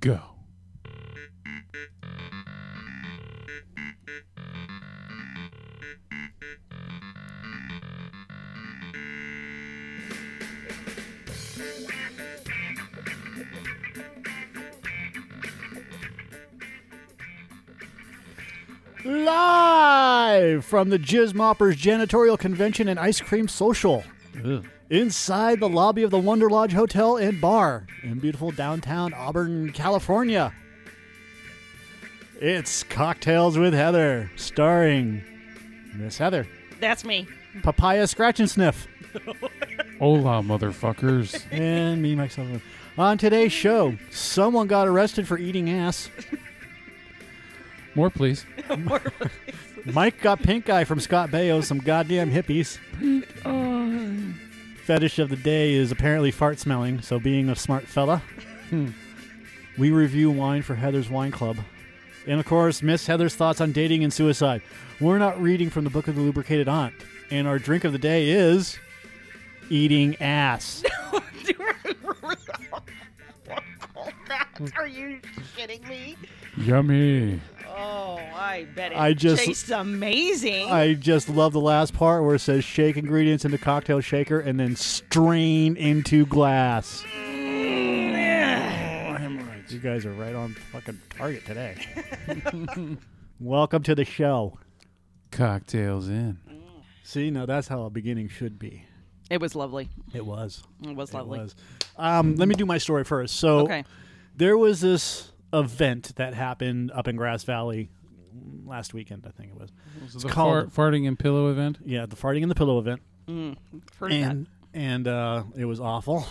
Go. Live from the Jizz Moppers Janitorial Convention and Ice Cream Social. Inside the lobby of the Wonder Lodge Hotel and Bar in beautiful downtown Auburn, California. It's Cocktails with Heather, starring Miss Heather, That's me. Papaya Scratch and Sniff, Hola, motherfuckers. and me, myself. On today's show, someone got arrested for eating ass. More, please. Mike got pink eye from Scott Baio, some goddamn hippies. Fetish of the day is apparently fart smelling, so being a smart fella. hmm. we review wine for Heather's Wine Club. And of course, Miss Heather's thoughts on dating and suicide. We're not reading from the book of the lubricated aunt. And our drink of the day is eating ass. Are you kidding me? Yummy. Oh, I bet it I just- tastes amazing. I just love the last part where it says shake ingredients into cocktail shaker and then strain into glass. Mm. You guys are right on fucking target today. Welcome to the show. Cocktails in. See, now that's how a beginning should be. it was lovely. It was. It was lovely. It was. Um, let me do my story first. So Okay. there was this event that happened up in Grass Valley last weekend, I think it was. It's the the called- farting and pillow event. Yeah, the farting in the pillow event. Mm, Heard of and and uh, it was awful.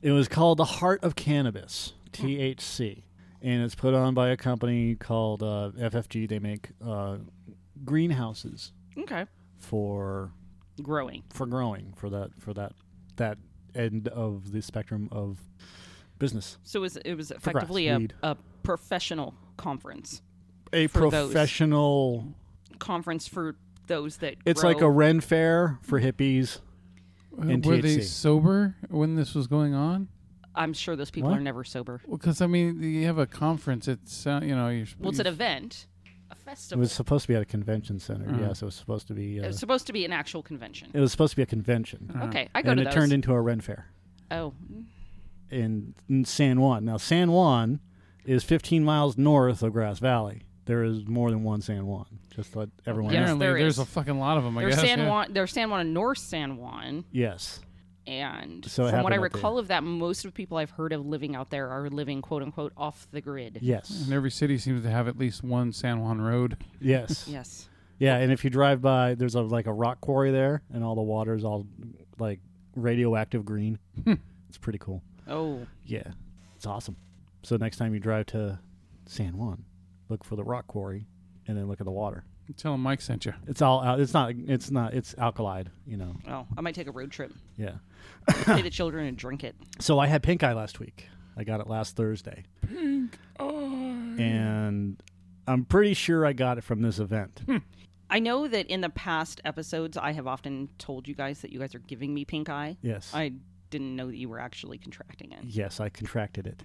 It was called the Heart of Cannabis Hmm. (THC), and it's put on by a company called uh, FFG. They make uh, greenhouses that. Okay. for Growing. for growing for that for that that end of the spectrum of business. So it was, it was grass, effectively a, weed. a professional conference. A For those. professional. Conference for those that It's grow. like a Ren Fair for hippies. And Uh, Were they THC. sober when this was going on? I'm sure those people What? are never sober. Well, because I mean, you have a conference. It's uh, you know, you're. Well, it's an you- event, a It festival. was supposed to be at a convention center. Yes, it was supposed to be. Uh-huh. It Uh, was supposed to be an actual convention. it was supposed to be a convention, Ah. Okay, I go and to it those. turned into a Ren Fair. oh, in, in San Juan. Now, San Juan is 15 miles north of Grass Valley. There is more than one San Juan. Just to let everyone Yes, know. Apparently, there there's is. a fucking lot of them. I there's guess. San yeah. Juan. There's San Juan and North San Juan. Yes. And So it from what happened up I there. recall of that, most of the people I've heard of living out there are living quote unquote off the grid. Yes. And every city seems to have at least one San Juan road. Yes. yeah. Yes. And if you drive by, there's a, like a rock quarry there, and all the water is all like radioactive green. it's pretty cool. Oh, Yeah. It's awesome. So next time you drive to San Juan, look for the rock quarry, and then look at the water. Tell them Mike sent you. It's all out. It's not. It's not. It's alkalide. You know. oh, I might take a road trip, Yeah. play the children, and drink it. So I had pink eye last week. I got it last Thursday. And I'm pretty sure I got it from this event. I know that in the past episodes, I have often told you guys that you guys are giving me pink eye. yes. I didn't know that you were actually contracting it. yes, I contracted it.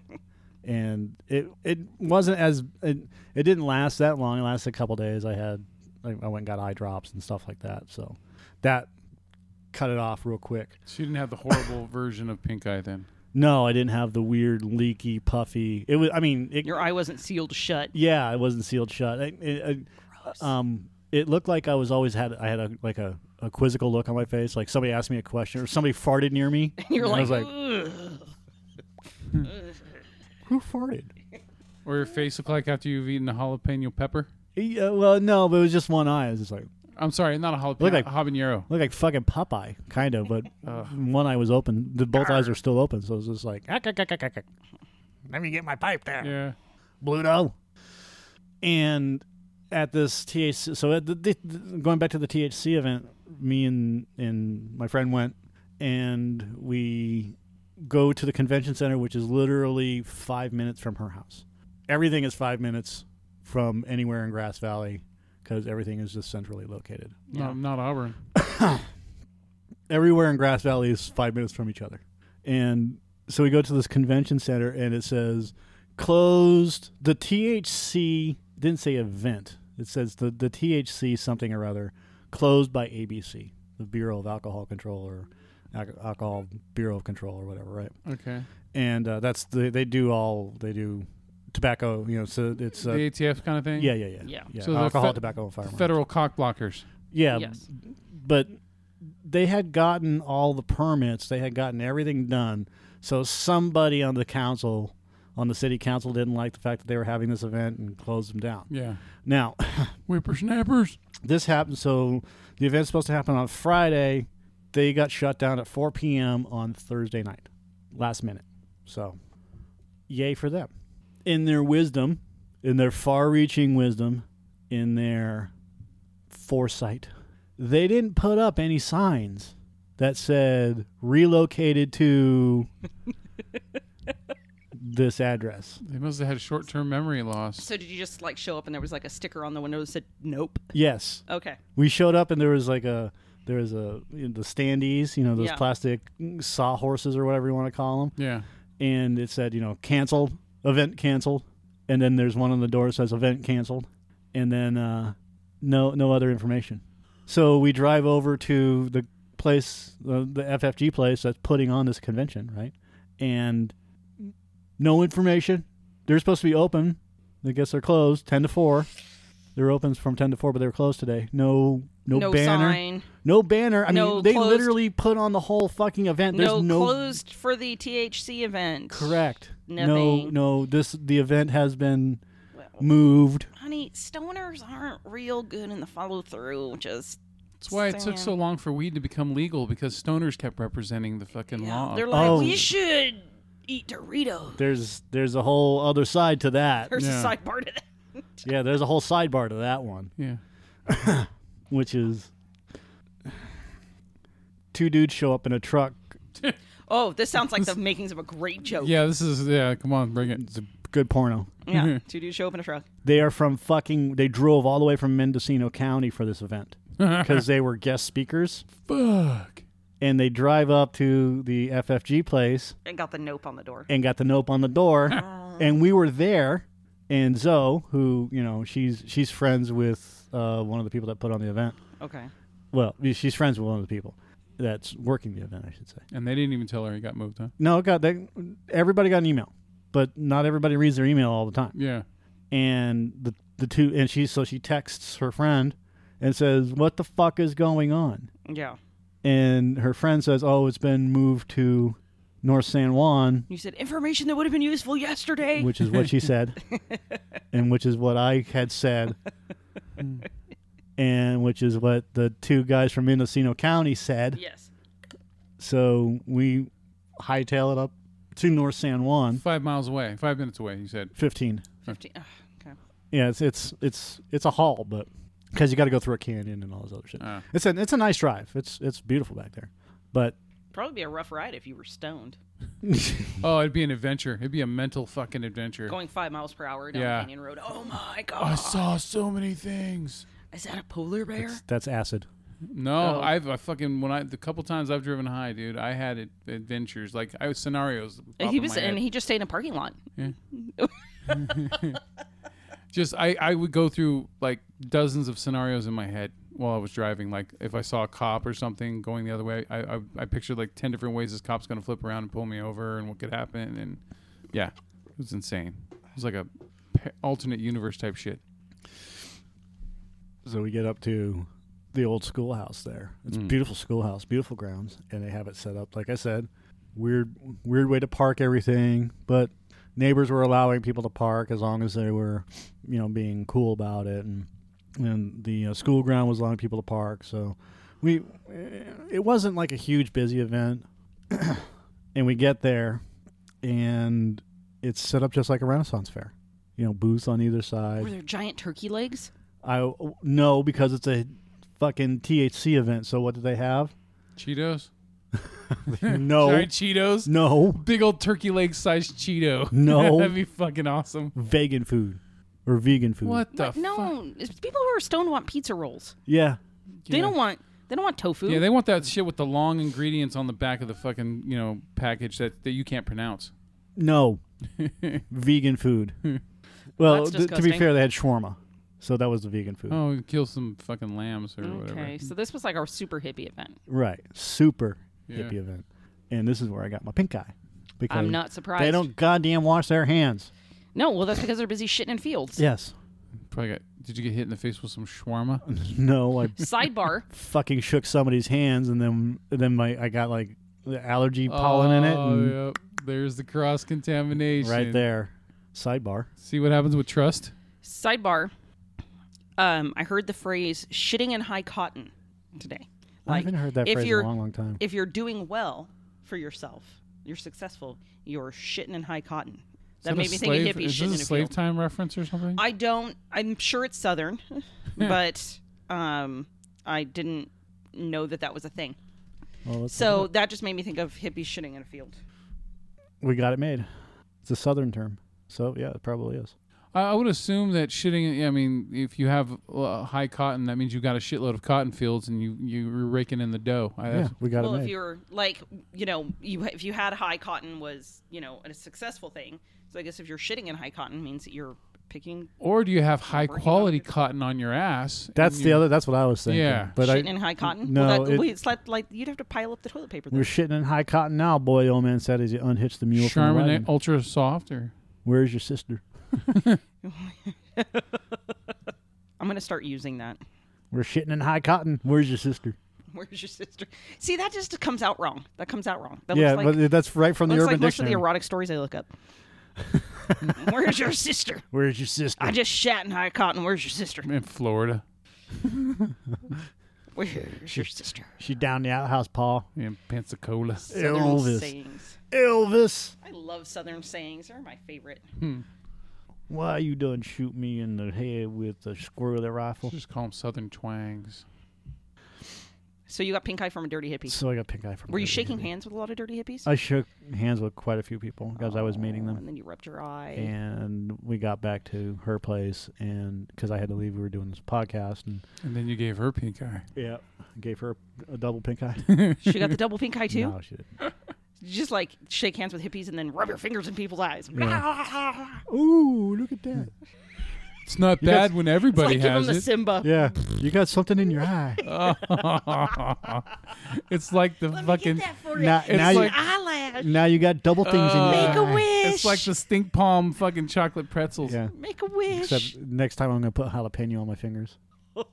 And it it wasn't as it, it didn't last that long. It lasted a couple days. I had I, I went and got eye drops and stuff like that. So that cut it off real quick. She didn't have the horrible version of pink eye then. No, I didn't have the weird leaky puffy. It was I mean, it, Your eye wasn't sealed shut. Yeah, it wasn't sealed shut. I, it, I, um, it looked like I was always had I had a like a, a quizzical look on my face, like somebody asked me a question or somebody farted near me. You're and I like, was like, who farted? Or your face looked like after you've eaten a jalapeno pepper. Yeah, uh, well, no, but it was just one eye. It was just like I'm sorry, not a jalapeno. Look like- a habanero. looked like fucking Popeye, kind of, but one eye was open. The both eyes are still open, so it was just like "Ack, ack, ack, ack, ack, ack." let me get my pipe there. Yeah. Bluto. And at this THC, so at the, the, the- going back to the THC event, me and and my friend went, and we go to the convention center, which is literally five minutes from her house. Everything is five minutes from anywhere in Grass Valley because everything is just centrally located. Not, not Auburn. everywhere in Grass Valley is five minutes from each other. And so we go to this convention center and it says closed the THC didn't say event. It says the the THC something or other closed by ABC, the Bureau of Alcohol Control or Al- Alcohol Bureau of Control or whatever, right? Okay. And uh, that's the, they do all they do tobacco, you know. So it's uh, the ATF kind of thing. yeah, yeah, yeah, Yeah. yeah. So the alcohol, fe- tobacco, and firearms. Federal cock blockers. Yeah, Yes. but they had gotten all the permits, they had gotten everything done. So somebody on the council, on the city council, didn't like the fact that they were having this event and closed them down. Yeah. Now, Whippersnappers. this happened. So the event's supposed to happen on Friday. They got shut down at 4 p.m. on Thursday night, last minute. So, yay for them. In their wisdom, in their far reaching wisdom, in their foresight, they didn't put up any signs that said relocated to this address. They must have had short term memory loss. So did you just like show up and there was like a sticker on the window that said nope? Yes. Okay. we showed up and there was like a there was a you know, the standees you know those Yeah. plastic saw horses or whatever you want to call them Yeah. and it said you know canceled event canceled and then there's one on the door that says event canceled and then uh, no no other information so we drive over to the place the, the ffg place that's putting on this convention right and no information they're supposed to be open i guess they're closed 10 to 4 they're open from 10 to 4 but they're closed today no no, no banner sign. no banner i No mean they closed- literally put on the whole fucking event there's no, no, closed for the THC event. Correct. No, Nothing. no. This the event has been Well, moved. honey, stoners aren't real good in the follow through. Just That's why it took so long for weed to become legal because stoners kept representing the fucking law. They're like, Oh. we should eat Doritos. There's there's a whole other side to that. There's Yeah. a sidebar to that. Yeah, there's a whole sidebar to that one, yeah. which is two dudes show up in a truck. Oh, this sounds like the makings of a great joke. Yeah, this is, yeah, come on, bring it. It's a good porno. Yeah. Two dudes show up in a truck. They are from fucking. They drove all the way from Mendocino County for this event because they were guest speakers, Fuck. and they drive up to the FFG place And got the nope on the door. and got the nope on the door. and we were there. And Zoe, who you know, she's she's friends with uh, one of the people that put on the event. Okay. Well, she's friends with one of the people that's working the event, I should say. And they didn't even tell her he got moved, huh? No, it got they, everybody got an email, but not everybody reads their email all the time. Yeah. And the the two and she so she texts her friend and says, "What the fuck is going on?" Yeah. And her friend says, "Oh, it's been moved to North San Juan." You said information that would have been useful yesterday. which is what she said, and which is what I had said, and which is what the two guys from Mendocino County said. yes. So we hightail it up to North San Juan, Five miles away, five minutes away, you said. fifteen. 15. Ugh, okay. Yeah, it's it's it's it's a haul, but because you got to go through a canyon and all this other shit. Ah. It's a it's a nice drive. It's it's beautiful back there, but Probably be a rough ride if you were stoned. Oh, it'd be an adventure. It'd be a mental fucking adventure. Going five miles per hour down Yeah. Canyon Road. Oh my I God. saw so many things. Is that a polar bear? that's acid. No, Oh. I've I fucking when I the couple times I've driven high, dude, I had ad- adventures like I was scenarios. that pop he in was, my head. and he just stayed in a parking lot. just I, I would go through like dozens of scenarios in my head while I was driving. Like if I saw a cop or something going the other way, I I, I pictured like ten different ways this cop's gonna flip around and pull me over and what could happen. And yeah, it was insane. It was like a pa- alternate universe type shit. So we get up to the old schoolhouse there. It's a Mm. beautiful schoolhouse, beautiful grounds, and they have it set up like I said. Weird weird way to park everything, but neighbors were allowing people to park as long as they were, you know, being cool about it and and the uh, school ground was allowing people to park. So we it wasn't like a huge busy event. and we get there and it's set up just like a Renaissance fair. You know, booths on either side. Were there giant turkey legs? I no because it's a fucking THC event. So what do they have? Cheetos, No, giant Cheetos, no, big old turkey leg sized Cheeto. No. that'd be fucking awesome. vegan food or vegan food. What the What? fuck? No, it's people who are stoned want pizza rolls. Yeah, Yeah. They don't want they don't want tofu. Yeah, they want that shit with the long ingredients on the back of the fucking you know package that that you can't pronounce. no, vegan food. well, th- That's to be disgusting. fair, they had shawarma, so that was the vegan food. oh, kill some fucking lambs or whatever. Okay, so this was like our super hippie event. Right, super Yeah. hippie event, and this is where I got my pink eye because I'm not surprised. they don't goddamn wash their hands. No, well, that's because they're busy shitting in fields. Yes, Probably got. Did you get hit in the face with some shawarma? no, I Sidebar. fucking shook somebody's hands, and then then my I got like the allergy pollen in it, Oh, and yep. There's the cross contamination. right there. Sidebar. See what happens with trust. Sidebar. Um, I heard the phrase "shitting in high cotton" today. I Like, haven't heard that if phrase in a you're- long, long time. if you're doing well for yourself, you're successful. You're shitting in high cotton. Is That, a made me slave- think of hippies Is shitting in this a a slave field. time reference or something? I don't. I'm sure it's southern, but um, I didn't know that that was a thing. Well, Oh, let's- So that just made me think of hippies shitting in a field. we got it made. It's a southern term, so yeah, it probably is. I, I would assume that shitting. I mean, if you have uh, high cotton, that means you've got a shitload of cotton fields, and you you're raking in the dough. I, Yeah, we got well, it if made. you're like, you know, you if you had high cotton was, you know, a successful thing. So I guess if you're shitting in high cotton means that you're picking Or do you have high working on quality it. cotton on your ass? and That's you- the other. That's what I was thinking. Yeah. but I, shitting in high cotton. no, well, that, it- wait, it's like, like you'd have to pile up the toilet paper. we're Then. shitting in high cotton now, boy. The old man said as he unhitched the mule from the Charmin wagon. Ultra Soft or Where's your sister? I'm gonna start using that. We're shitting in high cotton. Where's your sister? Where's your sister? See, that just comes out wrong. That comes out wrong. That yeah, looks like, but that's right from the looks Urban like most of Dictionary. the erotic stories I look up. Where's your sister? Where's your sister? I just shat in high cotton. Where's your sister? in Florida Where's your sister? she down the outhouse, Paul. in Pensacola. Southern Elvis. sayings. Elvis, I love Southern sayings. They're my favorite. why you done shoot me in the head with a squirrel that rifle? Just call them Southern Twangs. So you got pink eye from a dirty hippie. So I got pink eye from. Were you Urban shaking Dictionary. hands with a lot of dirty hippies? I shook hands with quite a few people because I was meeting them. And then you rubbed your eye. and we got back to her place and because i had to leave we were doing this podcast and And then you gave her pink eye. yeah gave her a double pink eye She got the double pink eye too. no, she didn't. Did you Just like shake hands with hippies and then rub your fingers in people's eyes. ooh look at that It's not You guys- bad when It's everybody like give them has the it. Simba. yeah you got something in your eye it's like the fucking. for Nah, It's now, like- eyelash. you, now you got double things in your Make eye a wish. It's like the stink palm fucking chocolate pretzels. yeah Make a wish. except next time i'm gonna put jalapeno on my fingers you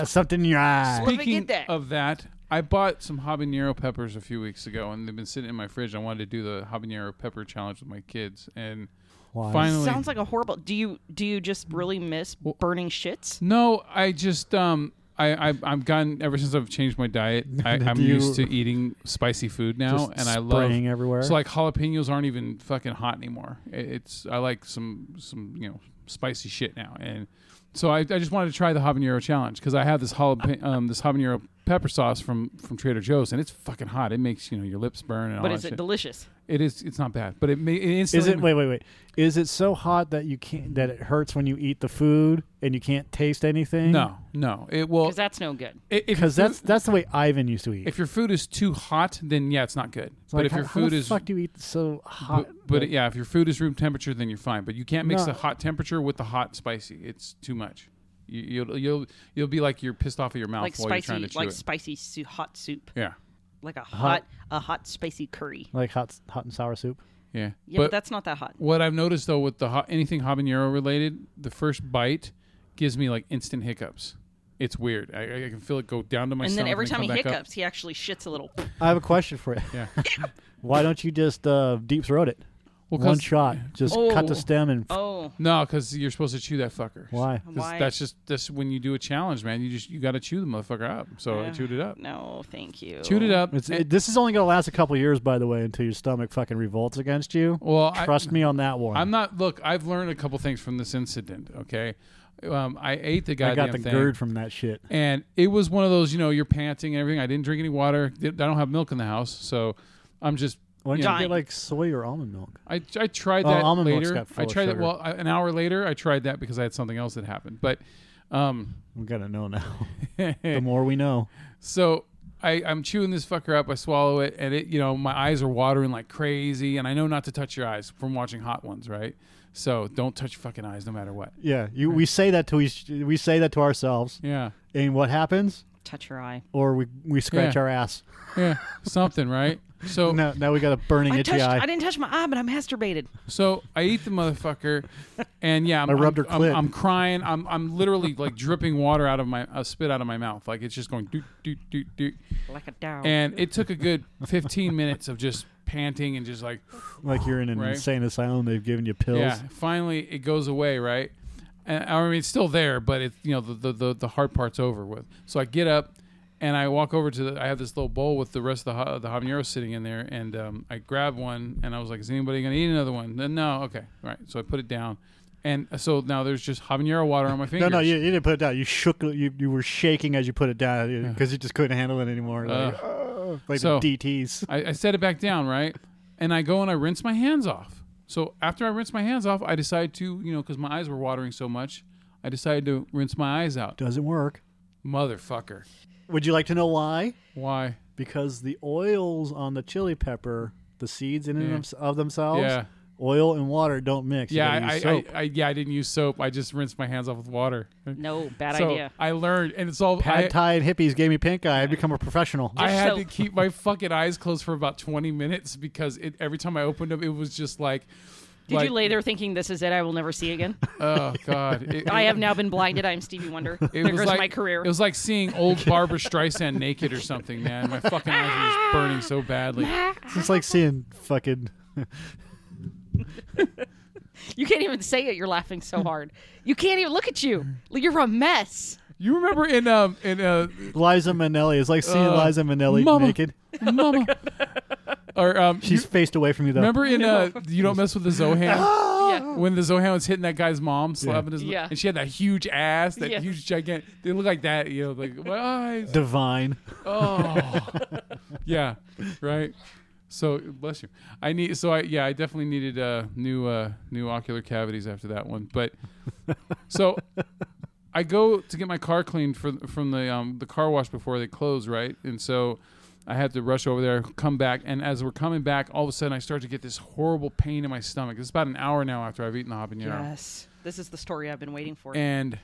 got something in your eye Let me get Speaking that. of that, I bought some habanero peppers a few weeks ago, and they've been sitting in my fridge. I wanted to do the habanero pepper challenge with my kids, and Why? finally, Sounds like a horrible. Do you do you just really miss burning shits? no, I just um. I, I, I've gotten ever since I've changed my diet. I, I'm Do you- used to eating spicy food now, Just and I love spraying everywhere So like jalapenos aren't even fucking hot anymore. It- It's I like some some you know spicy shit now, and so I, I just wanted to try the habanero challenge because I have this jalapeno um, this habanero pepper sauce from from Trader Joe's, and it's fucking hot. It makes you know your lips burn and But all is that it shit. delicious? it is. It's not bad, but it may it is instantly it wait wait wait is it so hot that you can't that it hurts when you eat the food and you can't taste anything no no it will Because that's no good. because that's that's the way Ivan used to eat. if your food is too hot, then yeah, it's not good. It's but like, if how- your how food the is fuck do you eat so hot? But, but yeah, if your food is room temperature, then you're fine. But you can't mix No. the hot temperature with the hot spicy. It's too much. You, you'll you'll you'll be like you're pissed off at your mouth Like while you're spicy, trying to chew like it. spicy su- hot soup, yeah, like a hot, a hot spicy curry. like hot hot and sour soup. yeah. Yeah, but, that's not that hot. what I've noticed though with the ha- anything habanero related, the first bite gives me like instant hiccups. It's weird. I, I can feel it go down to my And then stomach every time he come back up. hiccups, he actually shits a little. I have a question for you. Yeah. Why don't you just uh, deep throat it? Well, One 'cause- shot. Just cut Oh. the stem and. Oh, No, because you're supposed to chew that fucker. Why? 'Cause Why? That's just that's when you do a challenge, man. You just you got to chew the motherfucker up. So I Yeah. chewed it up. no, thank you. Chewed it up. It's, Oh. and- it, this is only going to last a couple years, by the way, until your stomach fucking revolts against you. well, I- Trust me on that one. I'm not. Look, I've learned a couple things from this incident. Okay, um, I ate the I goddamn got the thing, GERD from that shit. and it was one of those. You know, you're panting and everything. I didn't drink any water. Did- I don't have milk in the house, so I'm just. Why you don't know, you Dying. get like soy or almond milk? I, I tried Oh, that almond milk's later. got full I of tried that. sugar. Well, I, an hour later, I tried that because I had something else that happened. But, um, We gotta know now. the more we know. so I, I'm chewing this fucker up. I swallow it, and it, you know, my eyes are watering like crazy. And I know not to touch your eyes from watching hot ones, right? So don't touch your fucking eyes, no matter what. Yeah, you, we say that to we, we say that to ourselves, Yeah, and what happens? Touch your eye. Or we, we scratch Yeah. our ass. yeah, something, right? So Now, now we got a burning I itchy touched. eye. I didn't touch my eye, but I masturbated. So I eat the motherfucker, and yeah, I'm, I rubbed I'm, her clit. I'm, I'm crying. I'm I'm literally like dripping water out of my uh, spit out of my mouth. Like it's just going doot doot doot doot. Like a dog. And it took a good 15 minutes of just panting and just like like you're in an Right. insane asylum. They've given you pills. yeah. Finally, it goes away, right? And I mean, it's still there, but it's you know the the the, the hard part's over with. So I get up. And I walk over to the. I have this little bowl with the rest of the, ha- the habanero sitting in there, and um, I grab one, and I was like, "Is anybody gonna eat another one?" Then no, okay, all right. So I put it down, and uh, so now there's just habanero water on my No, fingers. no, you, you didn't put it down. You shook. You, you were shaking as you put it down because you just couldn't handle it anymore. Like, "Ugh," like So- the DTS. I, I set it back down, right? And I go and I rinse my hands off. So after I rinse my hands off, I decide to, you know, because my eyes were watering so much, I decided to rinse my eyes out. Doesn't work. Motherfucker. Would you like to know why? Why? Because the oils on the chili pepper, the seeds in and Yeah. thems- of themselves, Yeah. oil and water don't mix. You Yeah, gotta use I, I, soap. I, yeah, I didn't use soap. I just rinsed my hands off with water. no, bad so idea. I learned, and it's all Pad I, Thai and hippies gave me pink eye. I'd become a professional. I had to soap. keep my fucking eyes closed for about 20 minutes because it, every time I opened them, it was just like, Did like, you lay there thinking this is it? I will never see again. oh god, It- I it- have now been blinded. I'm Stevie Wonder. It there was goes like my career. It was like seeing old Barbara Streisand naked or something, man. My fucking eyes were just burning so badly. it's like seeing fucking. you can't even say it. You're laughing so hard. You can't even look at you. You're a mess. You remember in um in uh Liza Minnelli. It's like seeing Uh, Liza Minnelli Mama. naked. Mama or um you She's faced away from you though. remember in uh you don't mess with the Zohan Yeah. when the Zohan was hitting that guy's mom slapping his Yeah. and she had that huge ass that Yeah. huge gigantic they look like that you know like my eyes Divine. oh yeah right so bless you I need so I yeah I definitely needed uh new uh new ocular cavities after that one but so I go to get my car cleaned for, from the um, the car wash before they close, right? And so I had to rush over there, come back, and as we're coming back, all of a sudden I start to get this horrible pain in my stomach. It's about an hour now after I've eaten the habanero, Yes. This is the story I've been waiting for. and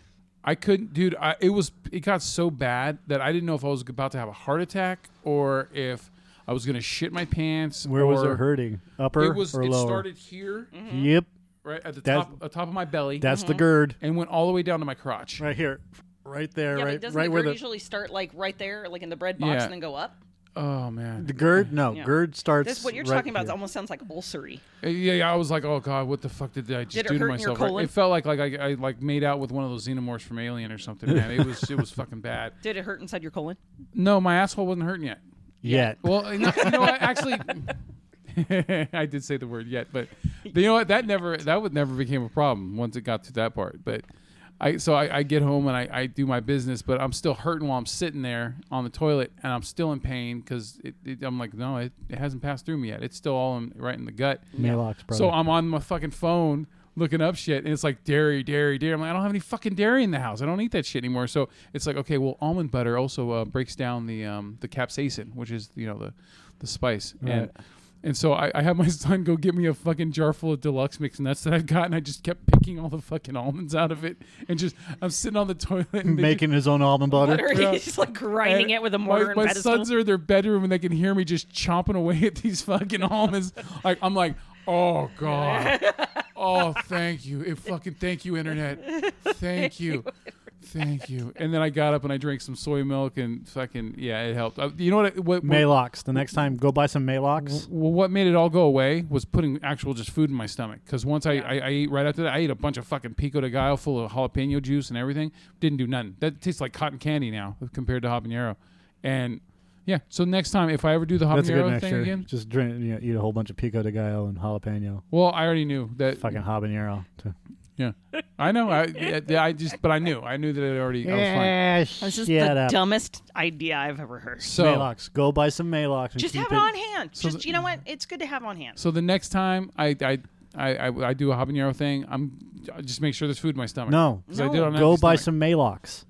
I couldn't, dude. I, it was it got so bad that I didn't know if I was about to have a heart attack or if I was gonna shit my pants. Where was or- it hurting? Upper It was. or It lower? started Mm-hmm. here, Mm-hmm. Yep, right at the That's- top, uh, top of my belly, that's the gird. and went all the way down to my crotch. Right here, right there, yeah, but right, doesn't right the where gird the usually start like right there, like in the bread box, Yeah. and then go up? Oh man, the gird. No, Yeah. gird starts. This what you're right talking about here. almost sounds like ulcery. Uh, Yeah, yeah, I was like, oh god, what the fuck did I just Did it do to hurt in your myself? Right? colon? It felt like like I, I like made out with one of those xenomorphs from Alien or something, man. It was it was fucking bad. Did it hurt inside your colon? No, my asshole wasn't hurting yet. Yet, Well, you know, you know what? Actually, I did say the word yet, but but you know what? That never that would never became a problem once it got to that part. But I so I, I get home and I, I do my business, but I'm still hurting while I'm sitting there on the toilet, and I'm still in pain because it, it, I'm like, no, it, it hasn't passed through me yet. It's still all in, right in the gut. Malox, brother. So I'm on my fucking phone looking up shit, and it's like dairy, dairy, dairy. I'm like, I don't have any fucking dairy in the house. I don't eat that shit anymore. So it's like, okay, well, almond butter also uh, breaks down the um, the capsaicin, which is you know the the spice, and Right. and so I, I had my son go get me a fucking jar full of deluxe mix nuts that I've got, and I just kept picking all the fucking almonds out of it, and just I'm sitting on the toilet and they making his own almond butter. Or Yeah. he's like grinding it with a my- mortar my, and pestle. sons are in their bedroom and they can hear me just chomping away at these fucking almonds. Like I'm like, oh god, oh thank you, it fucking thank you internet, thank you, thank you. And then I got up and I drank some soy milk and fucking yeah, it helped. Uh, you know what? What what, Malox. The next time, go buy some Malox. well, what made it all go away was putting actual just food in my stomach. Because once I, Yeah. I I ate right after that, I ate a bunch of fucking pico de gallo full of jalapeno juice and everything. Didn't do nothing. That tastes like cotton candy now compared to habanero, and. Yeah, so next time if I ever do the That's a good habanero next thing year. again, Just drink, you know, eat a whole bunch of pico de gallo and jalapeno, Well, I already knew that. fucking habanero. too. Yeah, I know. I, yeah, I just, but I knew. I knew that it already. I was fine. Yeah, This is shut the up. dumbest idea I've ever heard. So, Malox. Go buy some Malox. and Just keep have it on hand. So Just the- you know what? It's good to have on hand. so the next time I, I, I, I, I do a habanero thing, I'm I just make sure there's food in my stomach. No, 'Cause I did on go empty buy stomach. some Malox.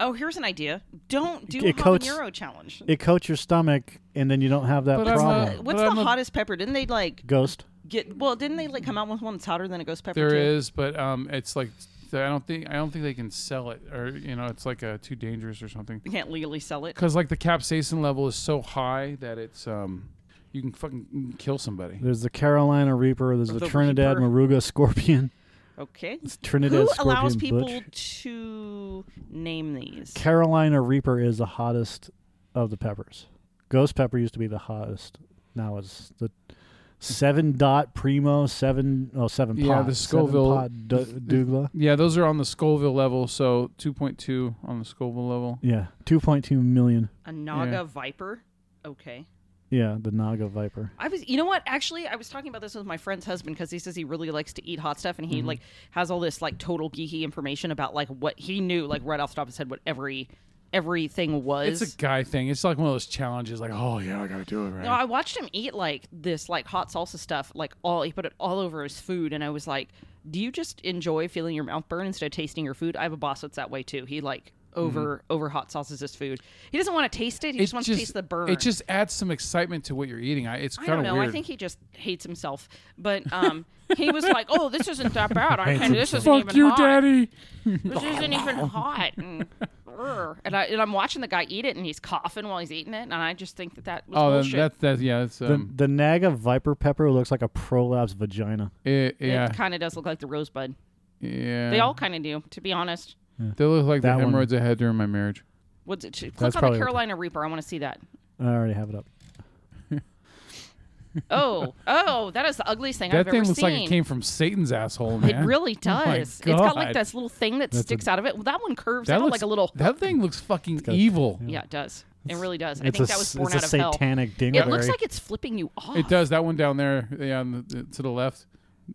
Oh, here's an idea. Don't do It habanero coats- challenge. It coats your stomach, and then you don't have that But I'm problem. not- What's but the I'm a- hottest pepper? Didn't they like Ghost. get? Well, didn't they like come out with one that's hotter than a ghost pepper? There too? is, but um, it's like I don't think I don't think they can sell it, or you know, it's like uh too dangerous or something. You can't legally sell it. Because like the capsaicin level is so high that it's um, you can fucking kill somebody. There's the Carolina Reaper. There's the, The Trinidad Reaper. Maruga Scorpion. Okay. It's Trinidad Who Scorpion allows people Butch. to name these? Carolina Reaper is the hottest of the peppers. Ghost pepper used to be the hottest. Now it's the seven dot primo seven oh seven Yeah, pot the seven Scoville- pot du- Dougla. Yeah, those are on the Scoville level, so 2.2 on the Scoville level. Yeah, two point two million. A Naga Yeah. viper. Okay. Yeah, the Naga viper. I was, you know what? Actually, I was talking about this with my friend's husband because he says he really likes to eat hot stuff, and he Mm-hmm. like has all this like total geeky information about like what he knew, like right off the top of his head, what every everything was. It's a guy thing. It's like one of those challenges, like, oh yeah, I gotta do it right. No, I watched him eat like this, like hot salsa stuff, like all he put it all over his food, and I was like, "Do you just enjoy feeling your mouth burn instead of tasting your food?" I have a boss that's that way too. He like over over hot sauces his food. He doesn't want to taste it. He Mm-hmm. It just wants to taste the burn. It just adds some excitement to what you're eating. I, it's I kind don't of know. weird. I think he just hates himself. But um, he was like, "Oh, this isn't that bad. I can't. This isn't Fuck even you, hot. Daddy. This isn't even hot." And, "Urgh." and I and I'm watching the guy eat it, and he's coughing while he's eating it, and I just think that that was Oh, then bullshit. that's that. Yeah, it's The, um, the Naga viper pepper looks like a prolapsed vagina. it, yeah, It kind of does look like the rosebud. yeah. They all kind of do, to be honest. They look like That the one. hemorrhoids I had during my marriage. What's it? Click That's on the probably what Carolina Reaper. I want to see that. I already have it up. Oh, oh, that is the ugliest thing I've that thing ever looks seen. like it came from Satan's asshole, It man. really does. my it's got like God. this little thing that That's sticks out of it. Well, that one curves that out looks like a little. That thing looks fucking got- evil. yeah, it does. It really does. I It's think a that s- was born it's out a of hell. satanic dingleberry. It looks like it's flipping you off. It does. That one down there, yeah, on the, to the left,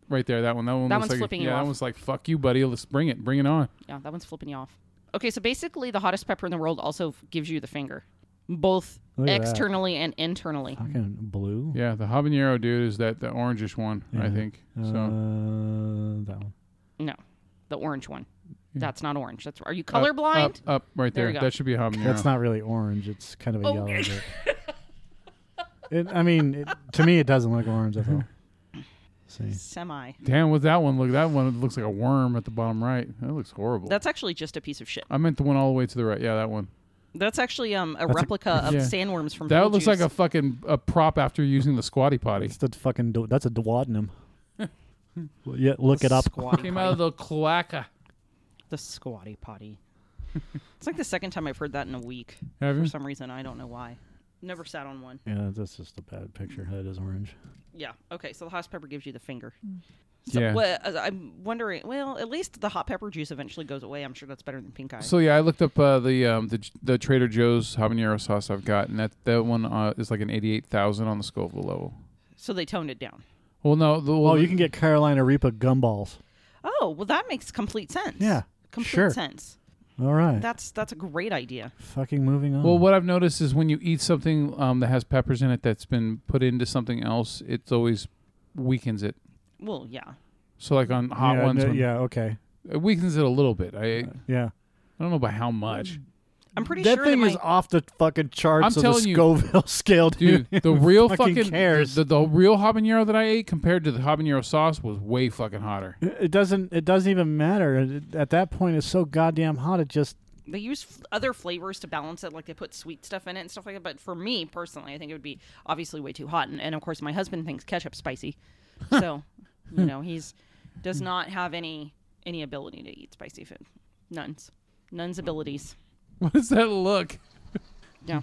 right there. That one. That one. That looks one's like, flipping you Yeah, off. that one's like fuck you, buddy. Let's bring it. Bring it on. Yeah, that one's flipping you off. Okay, so basically, the hottest pepper in the world also f- gives you the finger, both Look at that. externally and internally. fucking blue. Yeah, the habanero dude is that the orangish one, I Yeah. think. So Uh, that one. No, the orange one. Yeah. That's not orange. That's are you up, colorblind? Up, up, right There there. you go. That should be a habanero. That's not really orange. It's kind of a Oh. yellow. But it, I mean, it, to me, it doesn't look orange at all. See, Semi. Damn, with that one look? That one looks like a worm at the bottom right. That looks horrible. That's actually just a piece of shit. I meant the one all the way to the right. Yeah, that one. That's actually um, a replica of Yeah. sandworms from That looks like Beetlejuice. a fucking a prop after using the squatty potty. it's the fucking. do- That's a duodenum. Well, yeah, look it up. Squatty Came potty. out of the cloaca. the squatty potty. it's like the second time I've heard that in a week. Have For you? some reason, I don't know why. Never sat on one. Yeah, that's just a bad picture. That is orange. Yeah. Okay. So the hot pepper gives you the finger. Yeah. Well, uh, I'm wondering. Well, at least the hot pepper juice eventually goes away. I'm sure that's better than pink eye. So yeah, I looked up uh, the um, the the Trader Joe's habanero sauce I've got, and that that one uh, is like an eighty-eight thousand on the Scoville level. so they toned it down. Well, no, the, well, Oh, you can get Carolina Reaper gumballs. Oh well, that makes complete sense. Yeah, Complete sure. sense. All right. That's that's a great idea. fucking moving on. Well, what I've noticed is when you eat something um, that has peppers in it that's been put into something else, it's always weakens it. Well, yeah. So like on hot yeah, ones, no- when- yeah. Okay. it weakens it a little bit. I I Yeah. don't know by how much, I'm pretty that sure thing that is my- off the fucking charts I'm of the telling you. Scoville scale, dude. The real fucking fucking, cares. The, the real habanero that I ate compared to the habanero sauce was way fucking hotter. It doesn't. It doesn't even matter. It- At that point, it's so goddamn hot. It just they use f- other flavors to balance it like they put sweet stuff in it and stuff like that but for me personally i think it would be obviously way too hot and, and of course my husband thinks ketchup's spicy so you know he's does not have any any ability to eat spicy food none's none's abilities What does that look? yeah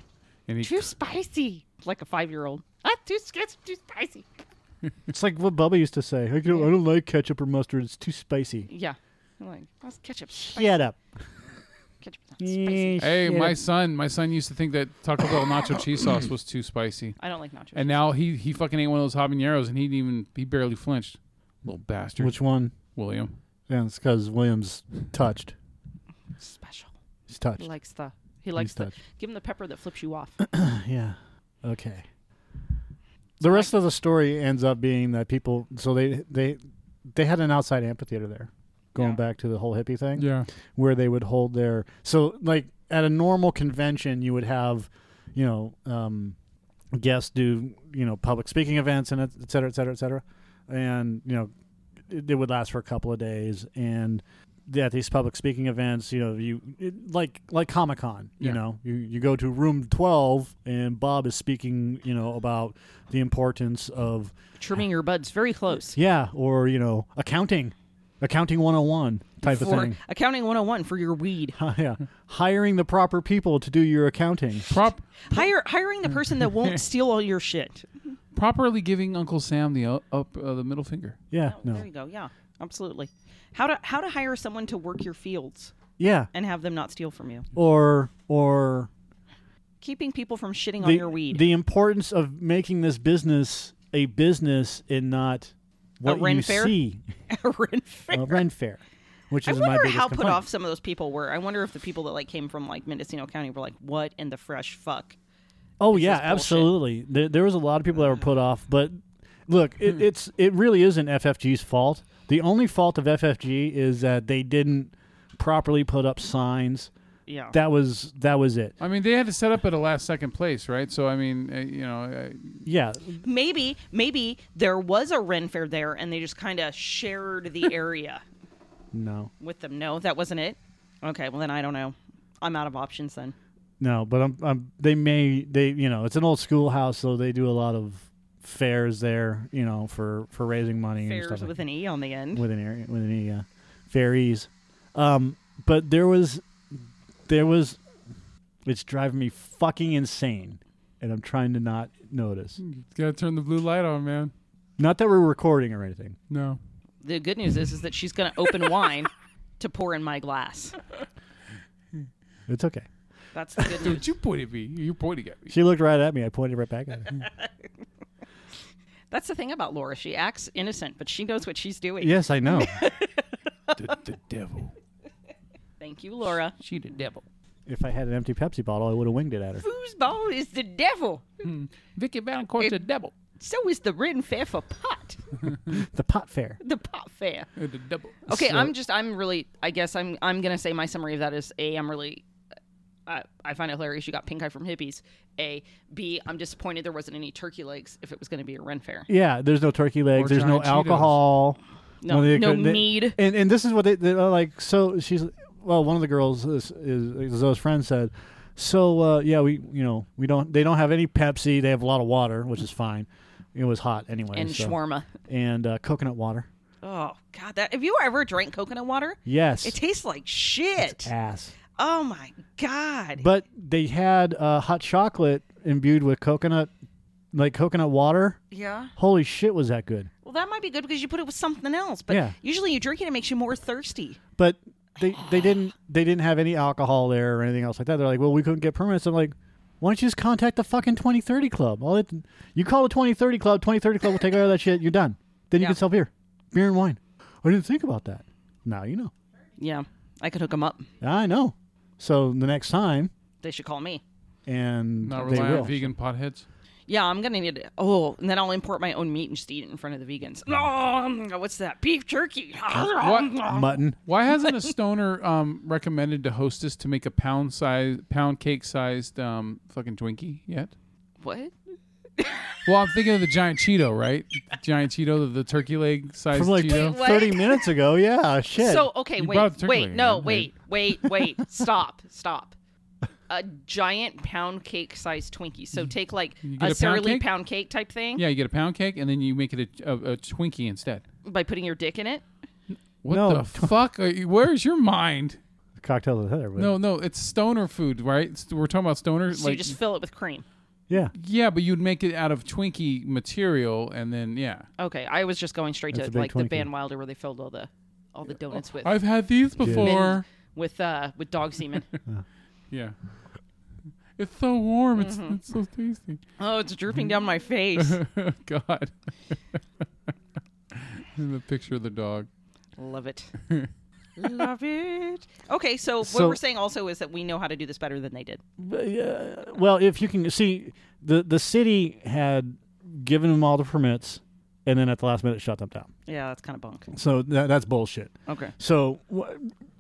And he too spicy like a five-year-old ah, too, sc- it's too spicy It's like what Bubba used to say. I don't, I don't like ketchup or mustard. It's too spicy. yeah I'm like that's ketchup spicy. Shut up. ketchup's not spicy Hey, my son, my son used to think that Taco Bell nacho cheese sauce was too spicy, i don't like nachos and now he he fucking ate one of those habaneros, and he didn't even he barely flinched. Little bastard, Which one? William. Yeah, it's because Williams touched. special He's touched. he likes the he likes the touched. give him the pepper that flips you off yeah. Okay. The rest of the story ends up being that people. So they they they had an outside amphitheater there, going Yeah. back to the whole hippie thing Yeah. where they would hold their so like at a normal convention you would have you know um guests do you know public speaking events and et et cetera et cetera et cetera and you know it, it would last for a couple of days and th- at these public speaking events you know you it, like like comic-con you Yeah. know you, you go to room 12 and bob is speaking you know about the importance of Trimming your buds very close. yeah or you know accounting accounting 101 type of for thing accounting 101 for your weed. yeah, hiring the proper people to do your accounting. Prop Hire hiring the person that won't steal all your shit. properly giving Uncle Sam the u- up uh, the middle finger. Yeah, Oh, no, There you go. Yeah, absolutely. How to how to hire someone to work your fields yeah, and have them not steal from you. or or Keeping people from shitting the on your weed. the importance of making this business a business and not what Ren you Fair? see Ren Fair. a Ren Fair, which I is my wonder biggest how put complaint. off some of those people were. I wonder if the people that like came from like Mendocino County were like, "What in the fresh fuck?" Oh This yeah, is bullshit. absolutely. There, there was a lot of people that were put off, but look, Hmm. it, it's it really isn't FFG's fault. The only fault of FFG is that they didn't properly put up signs. Yeah. That was that was it. I mean, they had to set up at a last second place, right? So I mean, uh, you know, uh, Yeah, maybe maybe there was a Ren Fair there and they just kind of shared the area no. with them. No, that wasn't it. Okay, well then I don't know. I'm out of options then. No, but I'm, I'm. They may. They you know, it's an old schoolhouse, so they do a lot of fairs there. You know, for for raising money and Fairs stuff with an e on the end. like, with an area with an uh, fairies. Um, but there was, there was, it's driving me fucking insane, and I'm trying to not notice. gotta turn the blue light on, man. Not that we're recording or anything. No. The good news is is that she's going to open wine to pour in my glass. It's okay. That's the good news. Don't you point at me. You pointing at me. She looked right at me. I pointed right back at her. That's the thing about Laura. She acts innocent, but she knows what she's doing. yes, I know. the, the devil. Thank you, Laura. She the devil. if I had an empty Pepsi bottle, I would have winged it at her. Foosball is the devil. Vicky Valancourt's the devil. So is the Ren Fair for pot. The pot fair. The pot fair. Uh, the devil. Okay, So- I'm just I'm really I guess I'm I'm gonna say my summary of that is a I'm really I, I find it hilarious you got pink eye from hippies. A B I'm disappointed there wasn't any turkey legs if it was gonna be a Ren fair. Yeah, there's no turkey legs. Or There's no giant Cheetos. alcohol. No, they no couldn't- they- mead. And and this is what they, they are like. So she's well, one of the girls is, is, is Zoe's friend said. So uh, yeah, we you know we don't they don't have any Pepsi. They have a lot of water, which is fine. It was hot anyway. And so- shawarma. and uh, coconut water. Oh god, that if you ever drank coconut water, Yes, it tastes like shit. ass. Oh my god. But they had uh, hot chocolate imbued with coconut, like coconut water. yeah. Holy shit, was that good? Well, that might be good because you put it with something else. But Yeah. usually you drink it, it makes you more thirsty. but they they didn't they didn't have any alcohol there or anything else like that. They're like, well, we couldn't get permits. I'm like, why don't you just contact the fucking 2030 club? All it, you call the 2030 club, 2030 club will take care of that shit. You're done. Then you Yeah. can sell beer, beer and wine. I didn't think about that. Now you know. Yeah, I could hook them up. I know. So the next time, They should call me. and Not they rely will. on vegan potheads. Yeah, I'm gonna need it. Oh, and then I'll import my own meat and just eat it in front of the vegans. Oh, what's that? Beef jerky. Um, What? Mutton. Why hasn't a stoner um, recommended to hostess to make a pound size, pound cake sized um, fucking Twinkie yet? What? Well, I'm thinking of the giant Cheeto, right? The giant Cheeto, the, the turkey leg sized From like Cheeto. Wait, what? 30 minutes ago, yeah, shit. So okay, You wait, brought wait, turkey, no, right? wait, wait, wait. stop, stop. A giant pound cake sized Twinkie. So take like You get a a Sara pound Lee cake? pound cake type thing Yeah, you get a pound cake and then you make it a, a, a Twinkie instead. by putting your dick in it. What No. the fuck? Are you, where's your mind? cocktails with Heather. but- No, no, it's stoner food, right? It's- we're talking about stoner. So you like, just fill it with cream. Yeah. yeah, but you'd make it out of Twinkie material, and then yeah. Okay, I was just going straight That's a to big like Twinkie. the Van Wilder where they filled all the all the donuts with I've had these before. with uh with dog semen. Yeah. It's so warm. It's, Mm-hmm. it's so tasty. oh, it's drooping down my face. God. and the picture of the dog. Love it. Love it. Okay, so what So- we're saying also is that we know how to do this better than they did. well, if you can see, the the city had given them all the permits, and then at the last minute shut them down. Yeah, that's kind of bunk. So that, that's bullshit. Okay. So wh-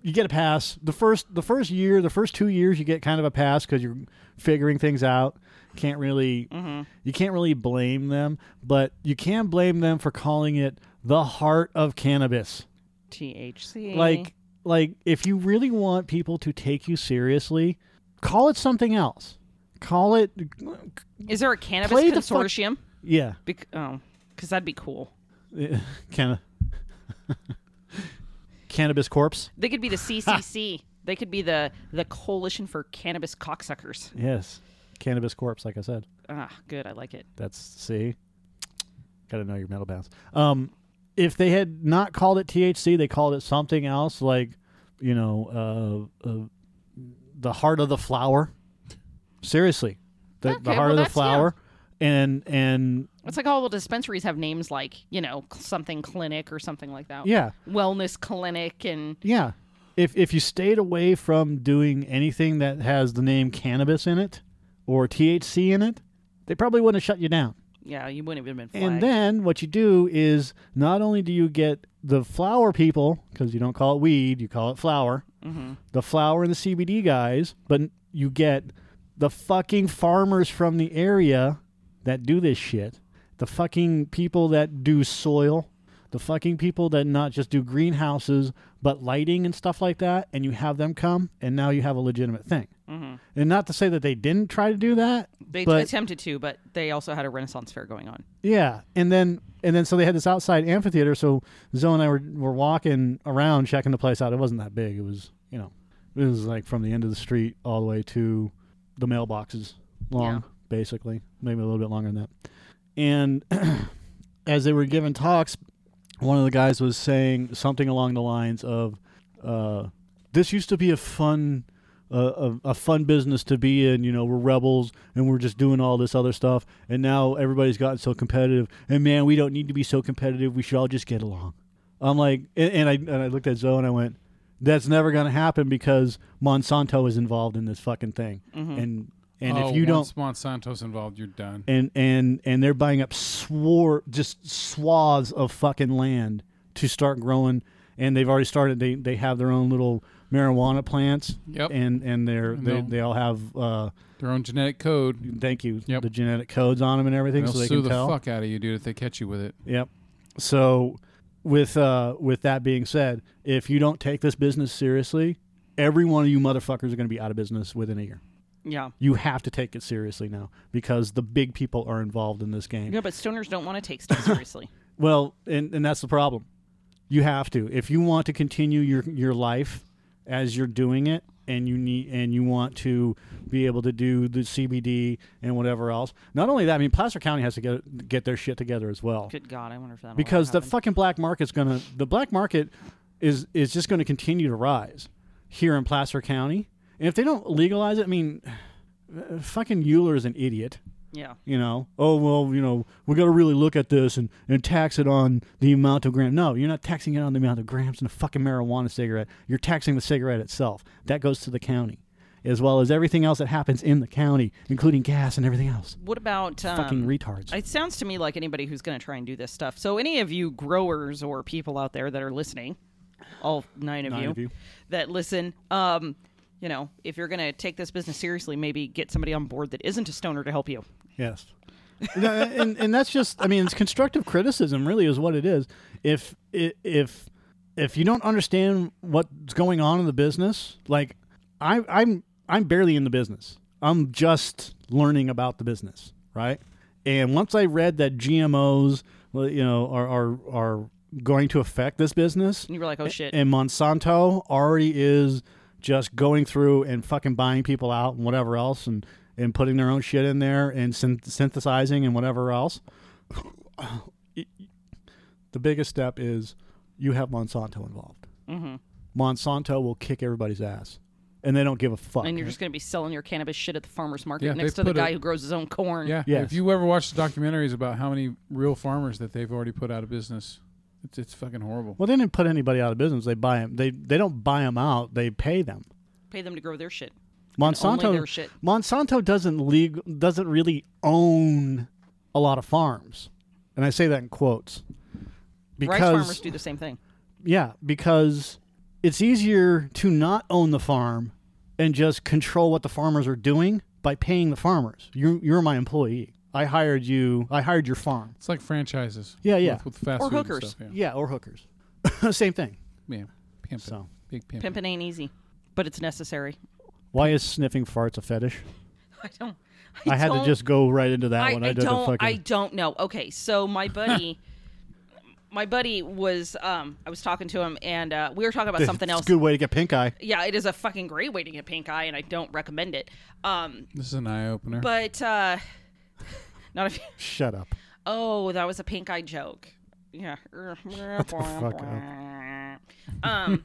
you get a pass the first the first year, the first two years, you get kind of a pass because you're figuring things out. Can't really Mm-hmm. you can't really blame them, but you can blame them for calling it the heart of cannabis. THC. Like like if you really want people to take you seriously, call it something else. Call it is there a cannabis Play the fuck- consortium? yeah, eh, Bec- oh, because that'd be cool. canna- cannabis corpse. They could be the CCC. they could be the the Coalition for Cannabis Cocksuckers. Yes, cannabis corpse. Like I said. Ah, good. I like it. That's see, gotta know your metal bands. Um, if they had not called it THC, they called it something else, like you know, uh, uh, the heart of the flower. Seriously, the, the Okay, heart well, of the that's- flower, and and It's like all the dispensaries have names like you know cl- something clinic or something like that. yeah, Wellness clinic and yeah. If if you stayed away from doing anything that has the name cannabis in it or THC in it, they probably wouldn't have shut you down. yeah, you wouldn't have been flagged. And then what you do is not only do you get the flower people, because you don't call it weed, you call it flower, the flower and the CBD guys, but you get the fucking farmers from the area that do this shit, the fucking people that do soil, the fucking people that not just do greenhouses, but lighting and stuff like that, and you have them come, and now you have a legitimate thing. And not to say that they didn't try to do that. Mm-hmm. they but, attempted to, but they also had a Renaissance fair going on. yeah, and then and then so they had this outside amphitheater. So Zoe and I were, were walking around checking the place out. It wasn't that big. It was you know, it was like from the end of the street all the way to the mailboxes long, Yeah. basically, maybe a little bit longer than that. And as they were giving talks, one of the guys was saying something along the lines of, uh, "This used to be a fun." uh, a, a fun business to be in. You know, we're rebels and we're just doing all this other stuff. And now everybody's gotten so competitive. And man, we don't need to be so competitive. We should all just get along. I'm like, and, and I and I looked at Zoe and I went, that's never going to happen because Monsanto is involved in this fucking thing. And and Oh, if you don't once Monsanto's involved, you're done. and and and they're buying up swar just swaths of fucking land to start growing and they've already started they they have their own little marijuana plants Yep. and and they're they, No. they all have uh Their own genetic code. thank you Yep. the genetic codes on them and everything They'll so they sue can the tell fuck out of you, dude, if they catch you with it. Yep. So with uh with that being said, if you don't take this business seriously, every one of you motherfuckers are going to be out of business within a year. Yeah. You have to take it seriously now because the big people are involved in this game. Yeah, but stoners don't want to take stuff seriously. Well, and, and that's the problem. You have to if you want to continue your your life as you're doing it, and you need and you want to be able to do the CBD and whatever else. Not only that, I mean, Placer County has to get get their shit together as well Good God, I wonder if that because the fucking black market's gonna the black market is is just going to continue to rise here in Placer County. And if they don't legalize it, I mean, uh, fucking Euler is an idiot yeah. you know, oh well, you know, we got to really look at this and, and tax it on the amount of gram. No, you're not taxing it on the amount of grams in a fucking marijuana cigarette. You're taxing the cigarette itself. That goes to the county, as well as everything else that happens in the county, including gas and everything else. What about um, fucking retards. It sounds to me like anybody who's going to try and do this stuff. So, any of you growers or people out there that are listening, all nine of, Nine you, of you. that listen, um, you know, if you're going to take this business seriously, maybe get somebody on board that isn't a stoner to help you. yes. No, and and that's just I mean it's constructive criticism really is what it is. If i- if if you don't understand what's going on in the business, like I I'm I'm barely in the business. I'm just learning about the business, right? And once I read that GMOs, well, you know, are are are going to affect this business, And you were like, oh shit. and Monsanto already is just going through and fucking buying people out and whatever else and, and putting their own shit in there and syn- synthesizing and whatever else. the biggest step is you have Monsanto involved. Mm-hmm. Monsanto will kick everybody's ass and they don't give a fuck. and you're just going to be selling your cannabis shit at the farmer's market Yeah, next they to the put a- guy who grows his own corn. Yeah. Yes. If you ever watch the documentaries about how many real farmers that they've already put out of business, it's, it's fucking horrible. well, they didn't put anybody out of business. They buy them. They, they don't buy them out, they pay them. Pay them to grow their shit. Monsanto only their shit. Monsanto doesn't legal, doesn't really own a lot of farms. and I say that in quotes Rice farmers do the same thing. Yeah, because it's easier to not own the farm and just control what the farmers are doing by paying the farmers. You you're my employee. I hired you. I hired your farm. It's like franchises. Yeah, yeah. With, with fast Or food and hookers. stuff, yeah. Yeah, or hookers. Same thing. yeah. Pimping. So, Big pimping. Pimping ain't easy, but it's necessary. why is sniffing farts a fetish? I don't. I, had to don't- just go right into that I, one. I did don't. fucking. I don't know. Okay, so my buddy, my buddy was. Um, I was talking to him, and uh, we were talking about something It's else. a good way to get pink eye. Yeah, it is a fucking great way to get pink eye, and I don't recommend it. Um, This is an eye opener. but uh, not if. Shut up. Oh, that was a pink eye joke. Yeah. fuck um.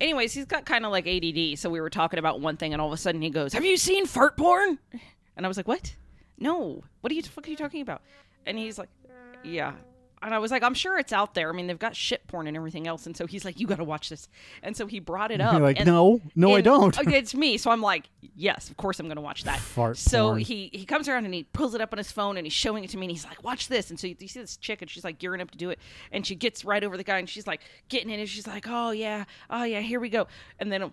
Anyways, he's got kind of like ADD, so we were talking about one thing, and all of a sudden he goes, "Have you seen fart porn?" And I was like, "What? No. What are you? What are you talking about?" And he's like, "Yeah." And I was like, "I'm sure it's out there. I mean, they've got shit porn and everything else." And so he's like, "You got to watch this." And so he brought it up. You're like, and- Oh, no, no, I and- don't. Okay, it's me. So I'm like, yes, of course I'm going to watch that. Fart so porn. he he comes around and he pulls it up on his phone and he's showing it to me and he's like, watch this. And so you, you see this chick and she's like gearing up to do it and she gets right over the guy and she's like getting in and she's like, oh yeah, oh yeah, here we go. And then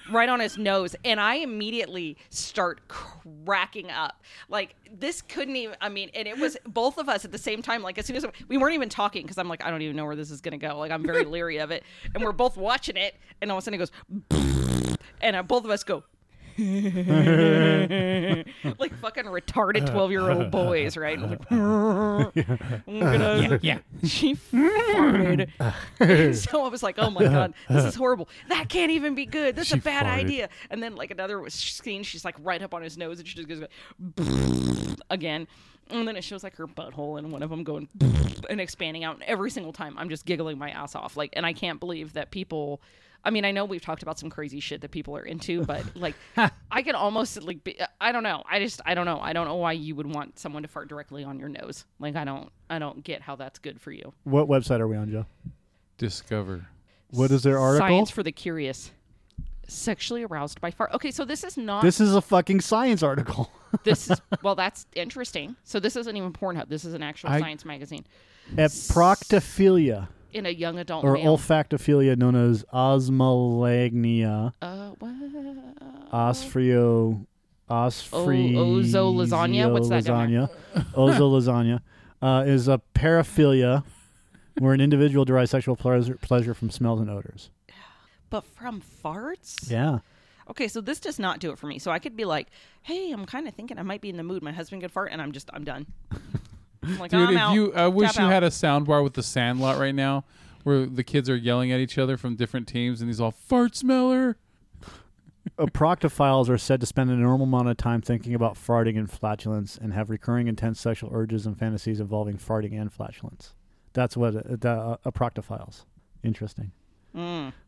right on his nose and I immediately start cracking up. Like this couldn't even. I mean, and it was both of us at the same time. Like as soon as we weren't even talking because I'm like, I don't even know where this is going to go. Like I'm very leery of it, and we're both watching it, and all of a sudden it goes and uh, both of us go like fucking retarded 12 year old boys right Like, yeah, yeah she farted so i was like oh my god this is horrible that can't even be good that's a She bad farted. idea and then like another was- scene she's like right up on his nose and she just goes again and then it shows like her butthole and one of them going and expanding out and every single time i'm just giggling my ass off like and i can't believe that people i mean i know we've talked about some crazy shit that people are into but like i can almost like be, i don't know i just i don't know i don't know why you would want someone to fart directly on your nose like i don't i don't get how that's good for you What website are we on, Joe? Discover. What is their article? science for the curious sexually aroused by fart okay so this is not this is a fucking science article. this is well that's interesting so this isn't even pornhub this is an actual I- science magazine Eproctophilia in a young adult or male. olfactophilia, known as osmolagnia, uh, what? osfrio, osfri, ozolasagna? What's that down Lasagna, ozolasagna uh, is a paraphilia, where an individual derives sexual pleasure, pleasure from smells and odors. but from farts? Yeah, Okay, so this does not do it for me. So I could be like, hey, I'm kind of thinking I might be in the mood. My husband could fart, and I'm just, I'm done. I'm like, Dude, I'm if out. you, I wish Tap you out. had a sound bar with the Sandlot right now, where the kids are yelling at each other from different teams, and he's all fart smeller. Proctophiles uh, are said to spend an enormous amount of time thinking about farting and flatulence and have recurring intense sexual urges and fantasies involving farting and flatulence. That's what uh, the, uh, proctophiles. Interesting.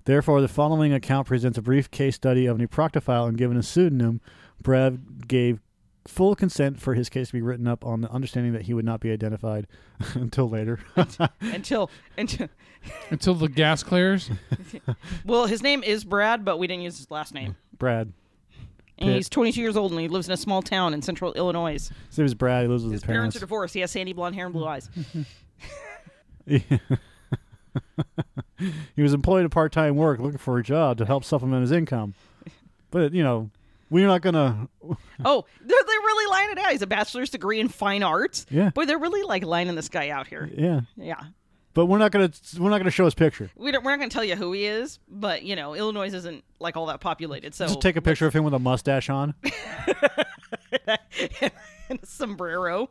Therefore, the following account presents a brief case study of an proctophile and given a pseudonym, Brev gave full consent for his case to be written up on the understanding that he would not be identified until later. until, until, Until the gas clears. well, his name is Brad, but we didn't use his last name. Brad. And Pitt. he's 22 years old, and he lives in a small town in central Illinois. His name is Brad. He lives with His his, parents are divorced. He has sandy blonde hair and blue eyes. he was employed at part-time work looking for a job to help supplement his income but you know we're not gonna Oh, they're, they're really lining it out. He's a bachelor's degree in fine arts. Yeah. Boy, they're really like lining this guy out here. yeah Yeah. but we're not gonna we're not gonna show his picture We don't, we're not going to tell you who he is, but you know, Illinois isn't like all that populated. So just take a picture of him with a mustache on in a sombrero.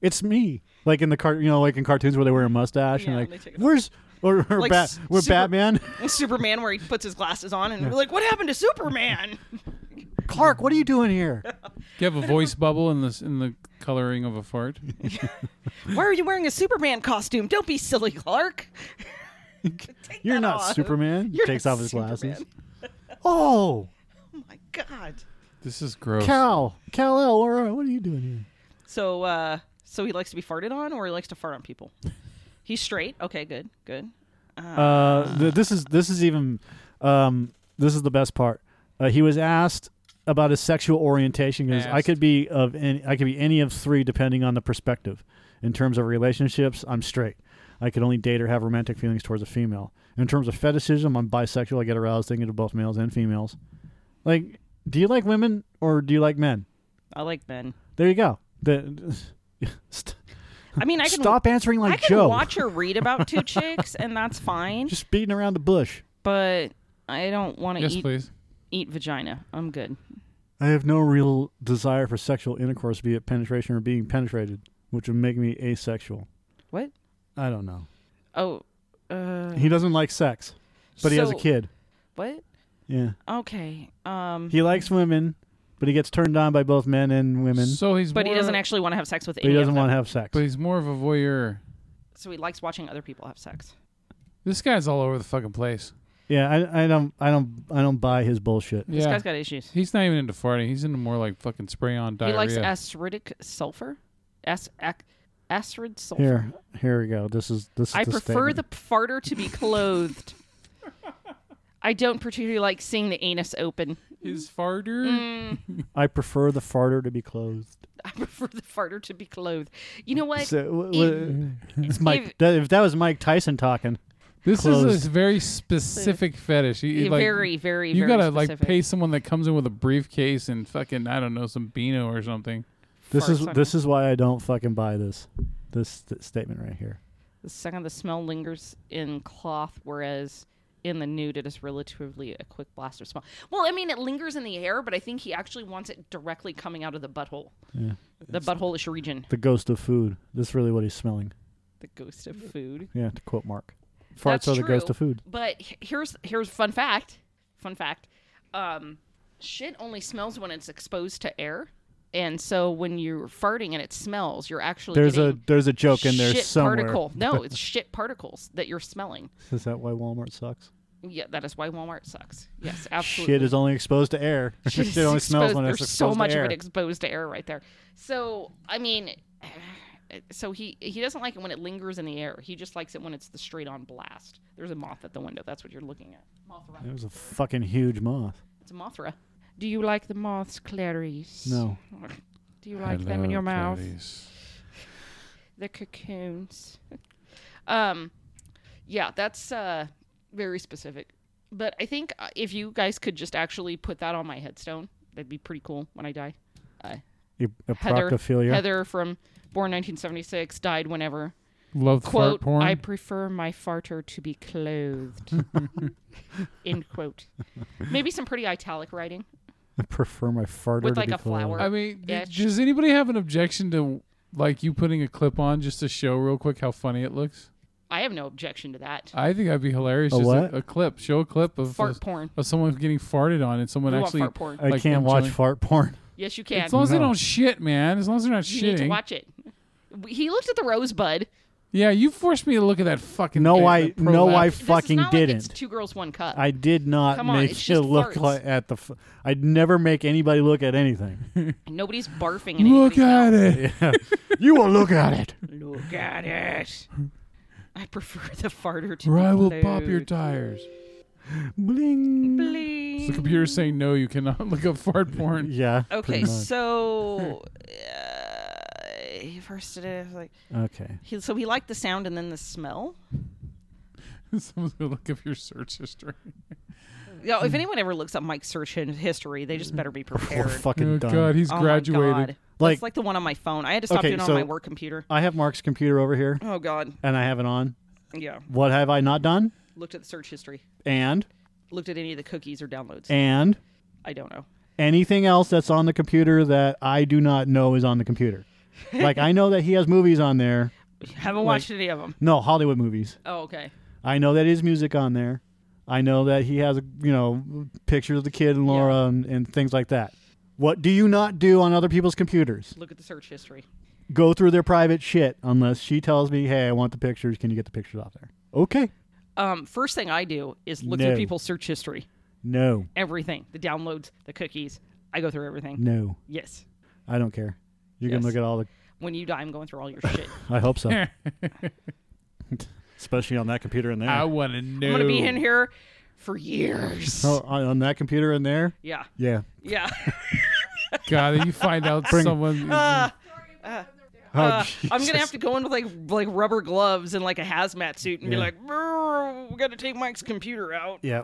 it's me like in the car you know like in cartoons where they wear a mustache Yeah, and they like take it off. where's or, or Like Bat, s- we're super- batman Superman, where he puts his glasses on, and we're like, "What happened to Superman?" clark what are you doing here Do you have a voice bubble in this in the coloring of a fart? Why are you wearing a Superman costume? Don't be silly, Clark. Take you're that not off. superman You're takes not off his glasses Superman. oh Oh my god. This is gross. cal cal el what are you doing here So, uh, so he likes to be farted on, or he likes to fart on people. He's straight. Okay, good, good. Uh, th- this is this is even um, this is the best part. Uh, he was asked about his sexual orientation because I Asked. could be of any, I could be any of three depending on the perspective. In terms of relationships, I'm straight. I could only date or have romantic feelings towards a female. In terms of fetishism, I'm bisexual. I get aroused thinking of both males and females. Like, do you like women or do you like men? I like men. There you go. The, st- I mean, I can stop answering like I can Joe. watch or read about two chicks, and that's fine. Just beating around the bush. But I don't want to Yes, eat please. eat vagina. I'm good. I have no real desire for sexual intercourse, be it penetration or being penetrated, which would make me asexual. What? I don't know. Oh, uh, He doesn't like sex, but he has a so- kid. What? Yeah. Okay. Um, He likes women, but he gets turned on by both men and women, So he's but he more- doesn't actually want to have sex with but he any of doesn't them. want to have sex. But he's more of a voyeur. so he likes watching other people have sex. This guy's all over the fucking place. Yeah, I, I don't I don't I don't buy his bullshit. This Yeah, guy's got issues. he's not even into farting. He's into more like fucking spray on diarrhea. He likes acidic sulfur. As- ac- acid sulfur. Here, here we go. This is this is I the prefer statement. the farter to be clothed. I don't particularly like seeing the anus open. His farter. Mm. I prefer the farter to be clothed. I prefer the farter to be clothed. You know what? So, w- Ew. w- it's Mike. that- if that was Mike Tyson talking, This is Closed. a very specific fetish. You, you, like, very, very, You very gotta specific. like pay someone that comes in with a briefcase and fucking I don't know some beano or something. this Farts is on- this is why I don't fucking buy this this th- statement right here. The second the smell lingers in cloth, whereas in the nude it is relatively a quick blast of smell. Well, I mean it lingers in the air, but I think he actually wants it directly coming out of the butthole. Yeah. The butthole-ish region. The ghost of food. This is really what he's smelling. The ghost of food. Yeah, to quote Mark. Farts That's are the ghost true. of food. But h- here's here's fun fact. Fun fact. Um, shit only smells when it's exposed to air, and so when you're farting and it smells, you're actually There's a getting there's a joke in there shit somewhere. particle. No, it's shit particles that you're smelling. Is that why Walmart sucks? Yeah, that is why Walmart sucks. Yes, absolutely. Shit is only exposed to air. Shit, It's only smells exposed- when it's there's exposed so much to air. of it exposed to air right there. So I mean, so he he doesn't like it when it lingers in the air. He just likes it when it's the straight on blast. There's a moth at the window. That's what you're looking at. Moth around. it was a fucking huge moth. It's a Mothra. Do you like the moths, Clarice? No. Do you like them in your mouth? The cocoons. um, yeah, that's uh very specific. But I think uh, if you guys could just actually put that on my headstone, that'd be pretty cool when I die. A, a Heather, Oh, proctophilia. Heather from born 1976, died whenever. Love Quote, fart porn. I prefer my farter to be clothed. End quote. Maybe some pretty italic writing. I prefer my farter With, to like, be a flower. I mean, d- Itch. does anybody have an objection to like you putting a clip on just to show real quick how funny it looks? I have no objection to that. I think that'd be hilarious. A just what? A, clip. Show a clip of Fart porn. of someone getting farted on and someone You want actually. fart porn. I like, can't watch enjoying- fart porn. Yes, you can. As long as they No. don't shit, man. As long as they're not you shitting. need to watch it. W- He looked at the rosebud. Yeah, you forced me to look at that fucking. No, uh, I- the pro no, lap- I This is fucking not like it's didn't. two girls, one cup. I did not Come on, make it's you just look farts. like at the. F- I'd never make anybody look at anything. Nobody's barfing. In Look anybody's at mouth. it. you will look at it. Look at it. I prefer the farter to. Or be I will pop your clothed. tires. Bling. Bling. The computer's saying no, you cannot look up fart porn. Yeah. Okay, pretty much. so uh, he first did it like Okay. he, so he liked the sound and then the smell. Someone's gonna look up your search history. Yo, Hmm. if anyone ever looks up Mike's search in history, they just better be We're prepared. fucking Oh done. God, he's Oh my God. graduated. Like- That's like the one on my phone. I had to stop Okay, doing it so- on my work computer. I have Mark's computer over here, Oh God, and I have it on. yeah. What have I not done? Looked at the search history. And Looked at any of the cookies or downloads. and I don't know. anything else that's on the computer that I do not know is on the computer. like I know that he has movies on there. Haven't watched any of them. No, Hollywood movies. Oh, okay. I know that his music on there. I know that he has, you know, pictures of the kid and Laura and, and things like that. What do you not do on other people's computers? Look at the search history. Go through their private shit unless she tells me, "Hey, I want the pictures. Can you get the pictures off there?" Okay. Um, first thing I do is look No. through people's search history. No. Everything. The downloads, the cookies. I go through everything. No. Yes. I don't care. You can Yes. look at all the When you die, I'm going through all your shit. I hope so. Especially on that computer in there. I want to know. I'm gonna be in here for years. Oh, on, on that computer in there? Yeah, Yeah. yeah. God, you find out Bring- someone. Oh, Uh, I'm gonna Jesus. have to go in with like like rubber gloves and like a hazmat suit and be Yeah. like, "Brr, we gotta take Mike's computer out. Yeah.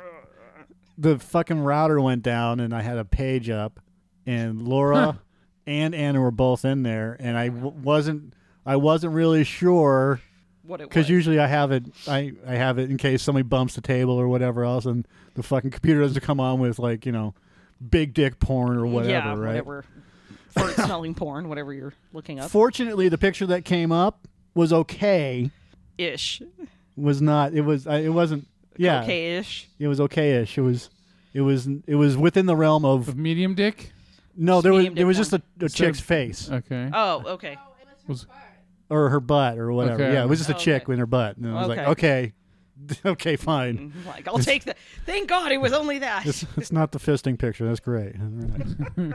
The fucking router went down, and I had a page up, and Laura and Anna were both in there, and I w- wasn't. I wasn't really sure What it because was. usually I have it. I, I have it in case somebody bumps the table or whatever else, and the fucking computer doesn't come on with like you know, big dick porn or whatever. yeah, right? whatever. Fart smelling porn, whatever you're looking up. Fortunately, the picture that came up was okay. Ish. Was not. It was. I, it wasn't. Yeah. Okay ish. It was okay-ish. It was. It was. It was within the realm of of medium dick. no. There was. medium There was dick just a, a chick's face Okay. Oh, okay. Was- or her butt or whatever. Okay. Yeah, it was just a Oh, chick okay. with her butt, and I was like, okay, okay, fine. Like, I'll take the thank God it was only that. It's, it's not the fisting picture. That's great. All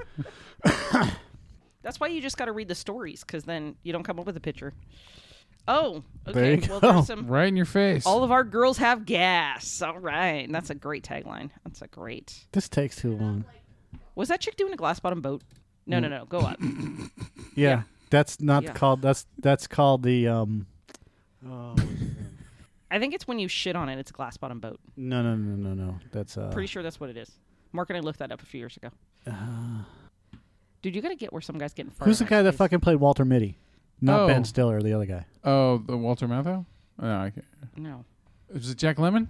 right. That's why you just gotta read the stories, because then you don't come up with a picture. Oh, There okay. you well go. there's some Right in your face. all of our girls have gas. All right. That's a great tagline. That's a great This takes too long. Was that chick doing a glass bottom boat? No, no, no. Go up. Yeah, that's not Yeah. called. That's that's called the um. I think it's when you shit on it, it's a glass bottom boat. No, no, no, no, no. That's uh. Pretty sure that's what it is. Mark and I looked that up a few years ago. Dude, you gotta get where some guy's getting farted. Uh. who's the on guy that his face. fucking played Walter Mitty? Not Oh. Ben Stiller, the other guy. oh, the Walter Matthau. Oh, No, I can't. No. Is it Jack Lemon?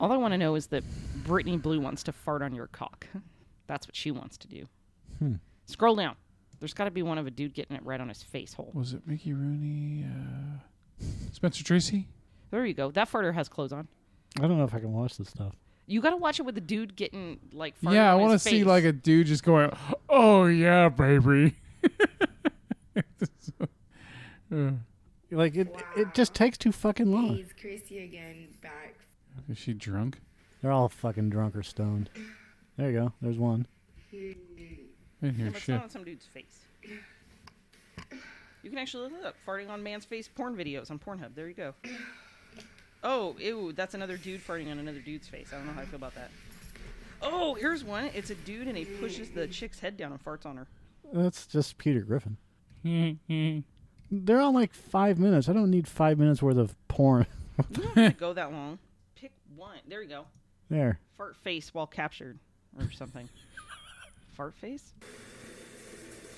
All I want to know is that Brittany Blue wants to fart on your cock. That's what she wants to do. Hmm. Scroll down. There's got to be one of a dude getting it right on his face hole. Was it Mickey Rooney? Uh, Spencer Tracy? There you go. That farter has clothes on. I don't know if I can watch this stuff. You got to watch it with the dude getting like. Farted yeah, I want to see like a dude just going, "Oh yeah, baby." Like it, it just takes too fucking long. It's Chrissy again, back Is she drunk? They're all fucking drunk or stoned. There you go. There's one. I didn't hear But it's shit. not on some dude's face. You can actually look it up farting on man's face porn videos on Pornhub. There you go. Oh, ew, that's another dude farting on another dude's face. I don't know how I feel about that. Oh, here's one. It's a dude and he pushes the chick's head down and farts on her. That's just Peter Griffin. They're on like five minutes. I don't need five minutes worth of porn. You don't have to go that long. Pick one. There you go. there. Fart face while captured or something. Fart face?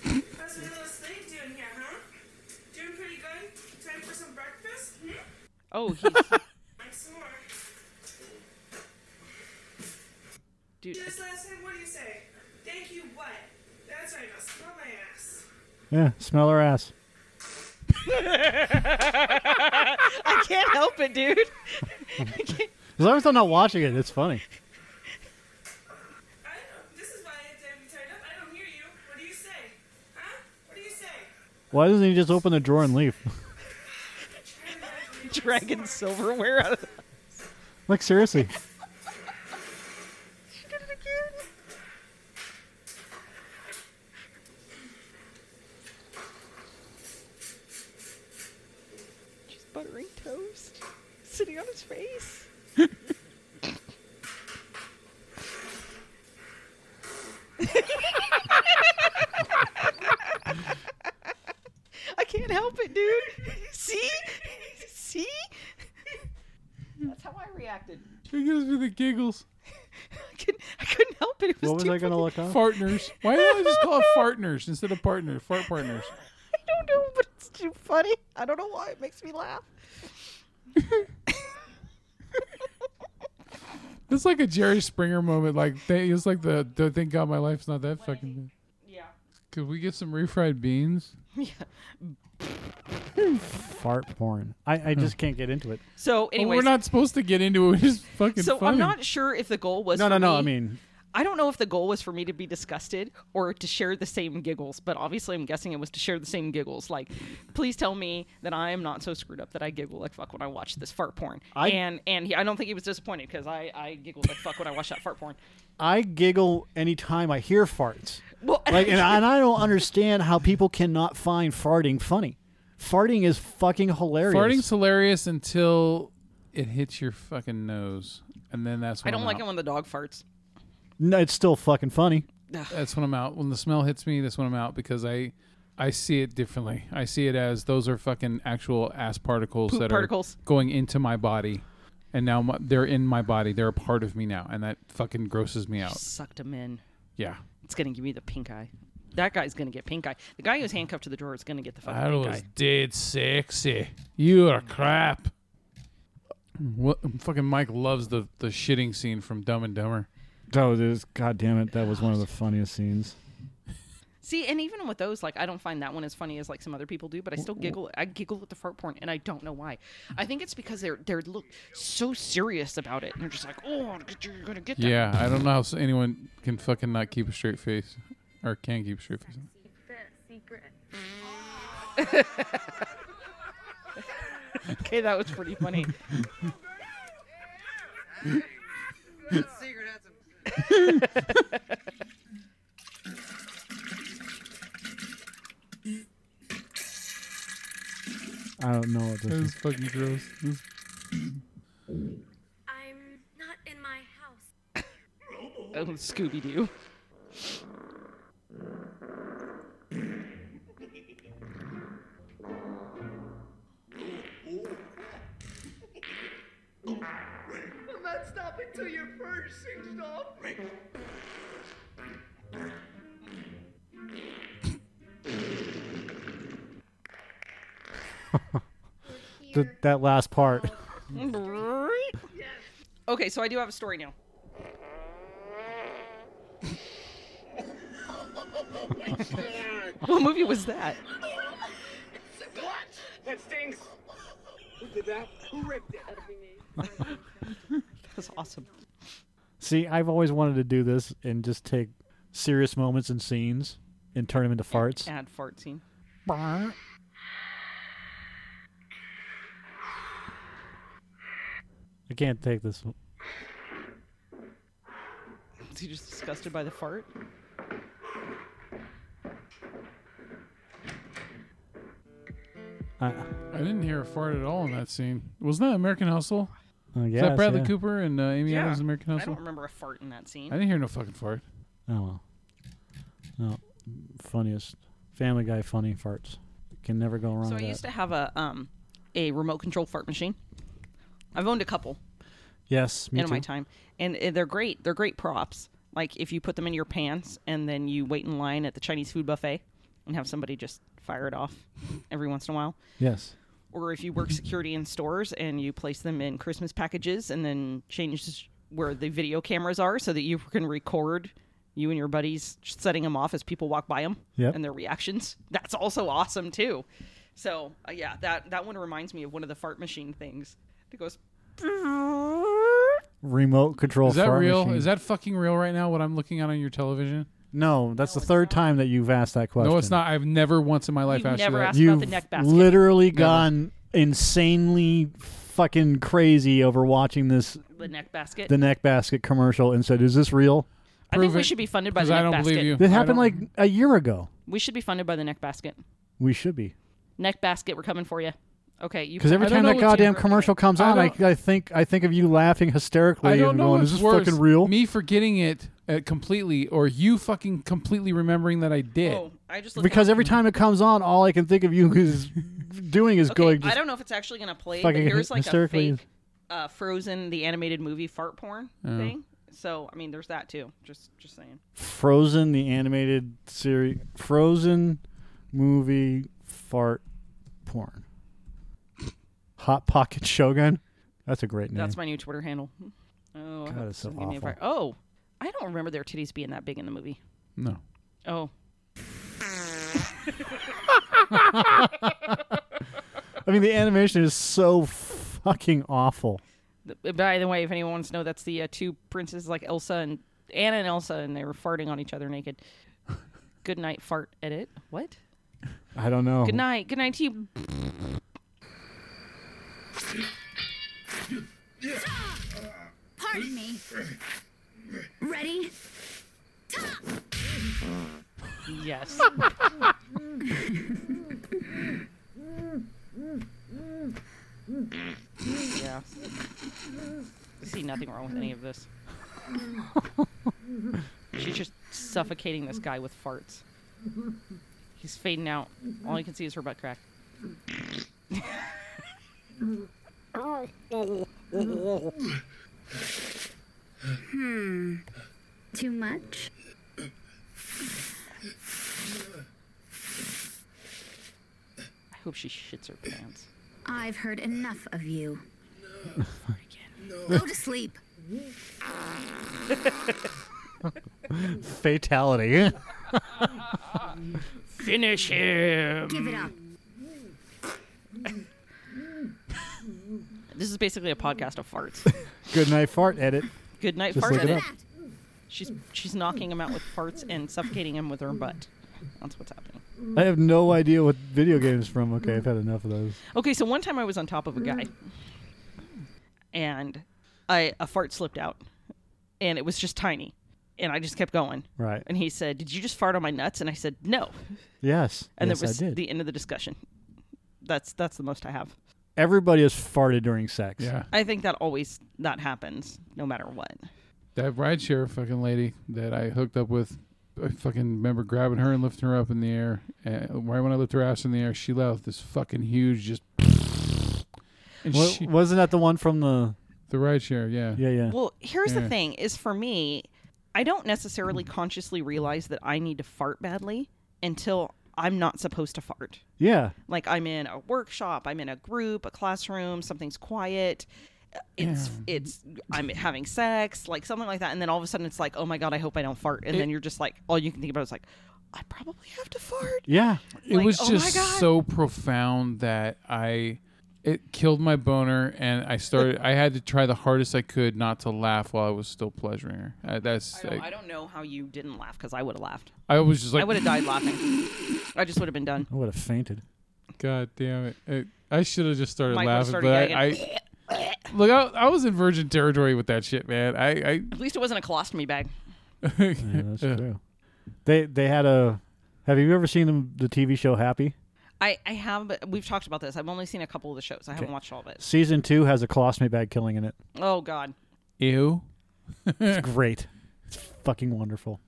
How's your little slave doing here, huh? Doing pretty good? Time for some breakfast? Hmm? Oh, he's. Like some more. dude. Do this last time, what do you say? Thank you, what? That's right, now smell my ass. Yeah. Smell her ass. I can't help it, dude. I can't- As long as I'm not watching it, it's funny. I don't, this is why I have to have you tied up. I don't hear you. What do you say? Huh? What do you say? Why doesn't he just open the drawer and leave? Dragging silverware out of the. like seriously. She's buttering toast, sitting on his face. I can't help it, dude. See? See? That's how I reacted. It gives me the giggles. I couldn't, I couldn't help it. it was What was too I gonna fucking- look up? Fartners. Why don't I just call it fartners instead of partner? Fart partners. I don't know, but it's too funny. I don't know why it makes me laugh. It's like a Jerry Springer moment. Like they, it's like the, the thank God my life's not that fucking. Bad. Yeah. Could we get some refried beans? Fart porn. I, I just can't get into it. So, But anyways, we're not supposed to get into it. It's fucking so funny. I'm not sure if the goal was. No, for no, no. me- I mean, I don't know if the goal was for me to be disgusted or to share the same giggles, but obviously I'm guessing it was to share the same giggles. Like, please tell me that I am not so screwed up that I giggle like fuck when I watch this fart porn. I- and and he, I don't think he was disappointed because I I giggled like fuck when I watched that fart porn. I giggle anytime I hear farts. Well, Like, and I, and I don't understand how people cannot find farting funny. Farting is fucking hilarious. Farting's hilarious until it hits your fucking nose, and then that's I when don't I'm like out. it when the dog farts. No, it's still fucking funny. That's when I'm out. When the smell hits me, that's when I'm out because I I see it differently. I see it as those are fucking actual ass particles Poop that particles. are going into my body, and now my, they're in my body. They're a part of me now, and that fucking grosses me out. Sucked him in. Yeah, It's gonna give me the pink eye. That guy's gonna get pink eye. The guy who's handcuffed to the drawer is gonna get the fucking that pink was eye. dead sexy. You are crap. What fucking Mike loves the the shitting scene from Dumb and Dumber. Oh, this god damn it, that was one of the funniest scenes. See, and even with those, like I don't find that one as funny as like some other people do, but I still giggle. I giggle at the fart porn, and I don't know why. I think it's because they're they're look so serious about it, and they're just like, oh, you're gonna get that. Yeah, I don't know how s- anyone can fucking not keep a straight face, or can keep a straight face. Okay, that was pretty funny. I don't know what this That is. was fucking gross. This is I'm not in my house. oh, Scooby Doo. I'm not stopping till your purse singed off. Th- that last part. Okay, so I do have a story now. what movie was that? What? That stings. Who did that? Who ripped it? That was awesome. See, I've always wanted to do this and just take serious moments and scenes and turn them into farts. Ad fart scene. I can't take this one. Is he just disgusted by the fart? I, I didn't hear a fart at all in that scene. Wasn't that American Hustle? I Is guess, that Bradley yeah. Cooper and uh, Amy Adams in American I Hustle? don't remember a fart in that scene. I didn't hear no fucking fart. Oh, well. No, funniest. Family Guy funny farts. Can never go wrong So I with used that. to have a um a remote control fart machine. I've owned a couple yes, me in too. my time, and uh, they're great. They're great props. Like if you put them in your pants and then you wait in line at the Chinese food buffet and have somebody just fire it off every once in a while, Yes. or if you work security in stores and you place them in Christmas packages and then change where the video cameras are so that you can record you and your buddies setting them off as people walk by them Yep. and their reactions. That's also awesome too. So uh, yeah, that that one reminds me of one of the fart machine things. It goes. Remote control Is that fart real? machine. Is that fucking real right now? What I'm looking at on your television? No, that's the third time that you've asked that question. No, it's not. I've never once in my life You've asked you never that. asked- It's about You've the neck basket. literally gone insanely fucking crazy over watching this The neck basket. the neck basket commercial and said, "Is this real?" I think Prove we it, should be funded by 'cause the neck I don't basket. believe you. That I happened don't- like a year ago. We should be funded by the neck basket. We should be Neck basket, we're coming for you. Okay, you. because every I don't time know that what's goddamn your- commercial comes I on, I, don't- I think I think of you laughing hysterically I don't and know. going, what's "Is this worse, fucking real?" Me forgetting it uh, completely, or you fucking completely remembering that I did. Oh, I just looked Because at- every time it comes on, all I can think of you is doing is Okay, going. I Just, don't know if it's actually going to play, but fucking hy- here's like a hysterically- fake uh, Frozen, the animated movie fart porn Oh. thing. So, I mean, there's that too. Just just saying. Frozen, the animated series, Frozen movie fart porn, Hot Pocket Shogun. That's a great name. That's my new Twitter handle. Oh, I God, hope it's so someone give me a awful. fart- Oh, I don't remember their titties being that big in the movie. No. Oh, I mean, the animation is so fucking awful. Th- by the way, if anyone wants to know, that's the uh, two princes like Elsa and Anna and Elsa, and they were farting on each other naked. good night, fart edit. What? I don't know. Good night. Good night to you. Pardon me. Ready? Yes. yeah. I see nothing wrong with any of this. She's just suffocating this guy with farts. He's fading out. All you can see is her butt crack. Too much? I hope she shits her pants. I've heard enough of you. Again. Go to sleep. Fatality. Finish him! Give it up. This is basically a podcast of farts. Good night, fart edit. Good Mm. night, Just fart. look it edit. up. She's she's knocking him out with farts and suffocating him with her Mm. butt. That's what's happening. I have no idea what video games from. Okay, I've had enough of those. Okay, so one time I was on top of a guy, and I a fart slipped out, and it was just tiny, and I just kept going. Right. And he said, "Did you just fart on my nuts?" And I said, "No." Yes. And yes, that was I did. the end of the discussion. That's that's the most I have. Everybody has farted during sex. Yeah. I think that always that happens no matter what. That rideshare fucking lady that I hooked up with, I fucking remember grabbing her and lifting her up in the air. And right when I lifted her ass in the air, she left this fucking huge just. And Wa- she, wasn't that the one from the? the rideshare, yeah. Yeah, yeah. Well, here's Yeah. the thing: is for me, I don't necessarily Mm-hmm. consciously realize that I need to fart badly until I'm not supposed to fart. yeah. Like I'm in a workshop, I'm in a group, a classroom, something's quiet. uh, It's it's I'm having sex, like something like that, and then all of a sudden it's like, oh my god, I hope I don't fart, and then you're just like, all you can think about is like, I probably have to fart. Yeah. It Like, was oh my just God. so profound that I. It killed my boner, and I started. I had to try the hardest I could not to laugh while I was still pleasuring her. Uh, that's. I don't, I, I don't know how you didn't laugh because I would have laughed. I was just I like, would have died laughing. I just would have been done. I would have fainted. God damn it! It- I should have just started Mike would've laughing, started but I, I look. I, I was in virgin territory with that shit, man. I, At least it wasn't a colostomy bag. I Yeah, that's true. They they had a. Have you ever seen them- the TV show Happy? I, I have, but we've talked about this. I've only seen a couple of the shows. I haven't watched all of it. Season two has a colostomy bag killing in it. Oh, God. ew. It's great. It's fucking wonderful.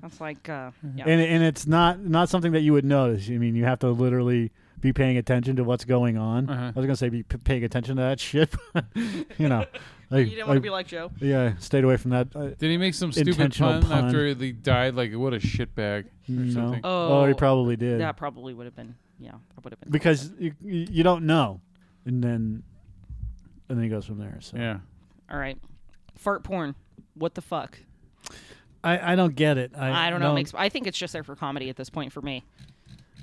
That's like, uh, yeah. And and it's not not something that you would notice. I mean, you have to literally be paying attention to what's going on. Uh-huh. I was gonna say be p- paying attention to that shit. but, you know, I, you didn't want I- to be like Joe. yeah, I stayed away from that. uh, I, Did he make some stupid Intentional pun, pun. after he died? Like what a shitbag or no. something. Oh. he probably did That probably would have been, yeah, that would have been. because you, you you don't know, and then and then he goes from there. So Yeah. All right. Fart porn. What the fuck? I, I don't get it. I, I don't know. It makes, I think it's just there for comedy at this point for me.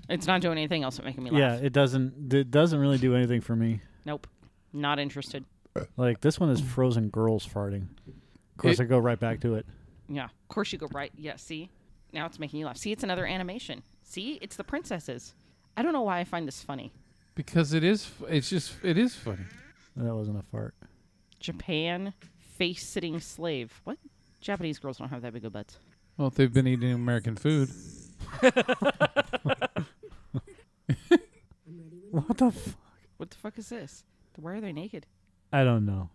It's not doing anything else but making me laugh. Yeah, it doesn't. It doesn't really do anything for me. Nope. Not interested. Like this one is frozen girls farting. Of course, It- I go right back to it. Yeah. Of course you go right. Yeah. See? Now it's making you laugh. See, it's another animation. See? It's the princesses. I don't know why I find this funny. Because it is. f- It's just. It is funny. That wasn't a fart. Japan face sitting slave. What? Japanese girls don't have that big of butts. Well, if they've been eating American food. What the? F- What the fuck is this? Why are they naked? I don't know.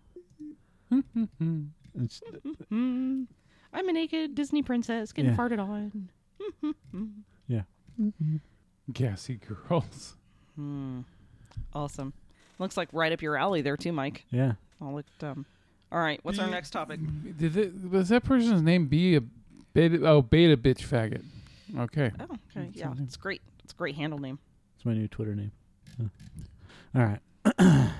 it's, Hmm. I'm a naked Disney princess getting Yeah. farted on. yeah. Gassy girls. Awesome. Looks like right up your alley there too, Mike. Yeah. All look dumb. All right, what's our next topic? Did it, was that person's name be a beta? Oh, beta bitch faggot. Okay. Oh, okay, yeah, it's great. It's a great handle name. It's my new Twitter name. Huh. All right.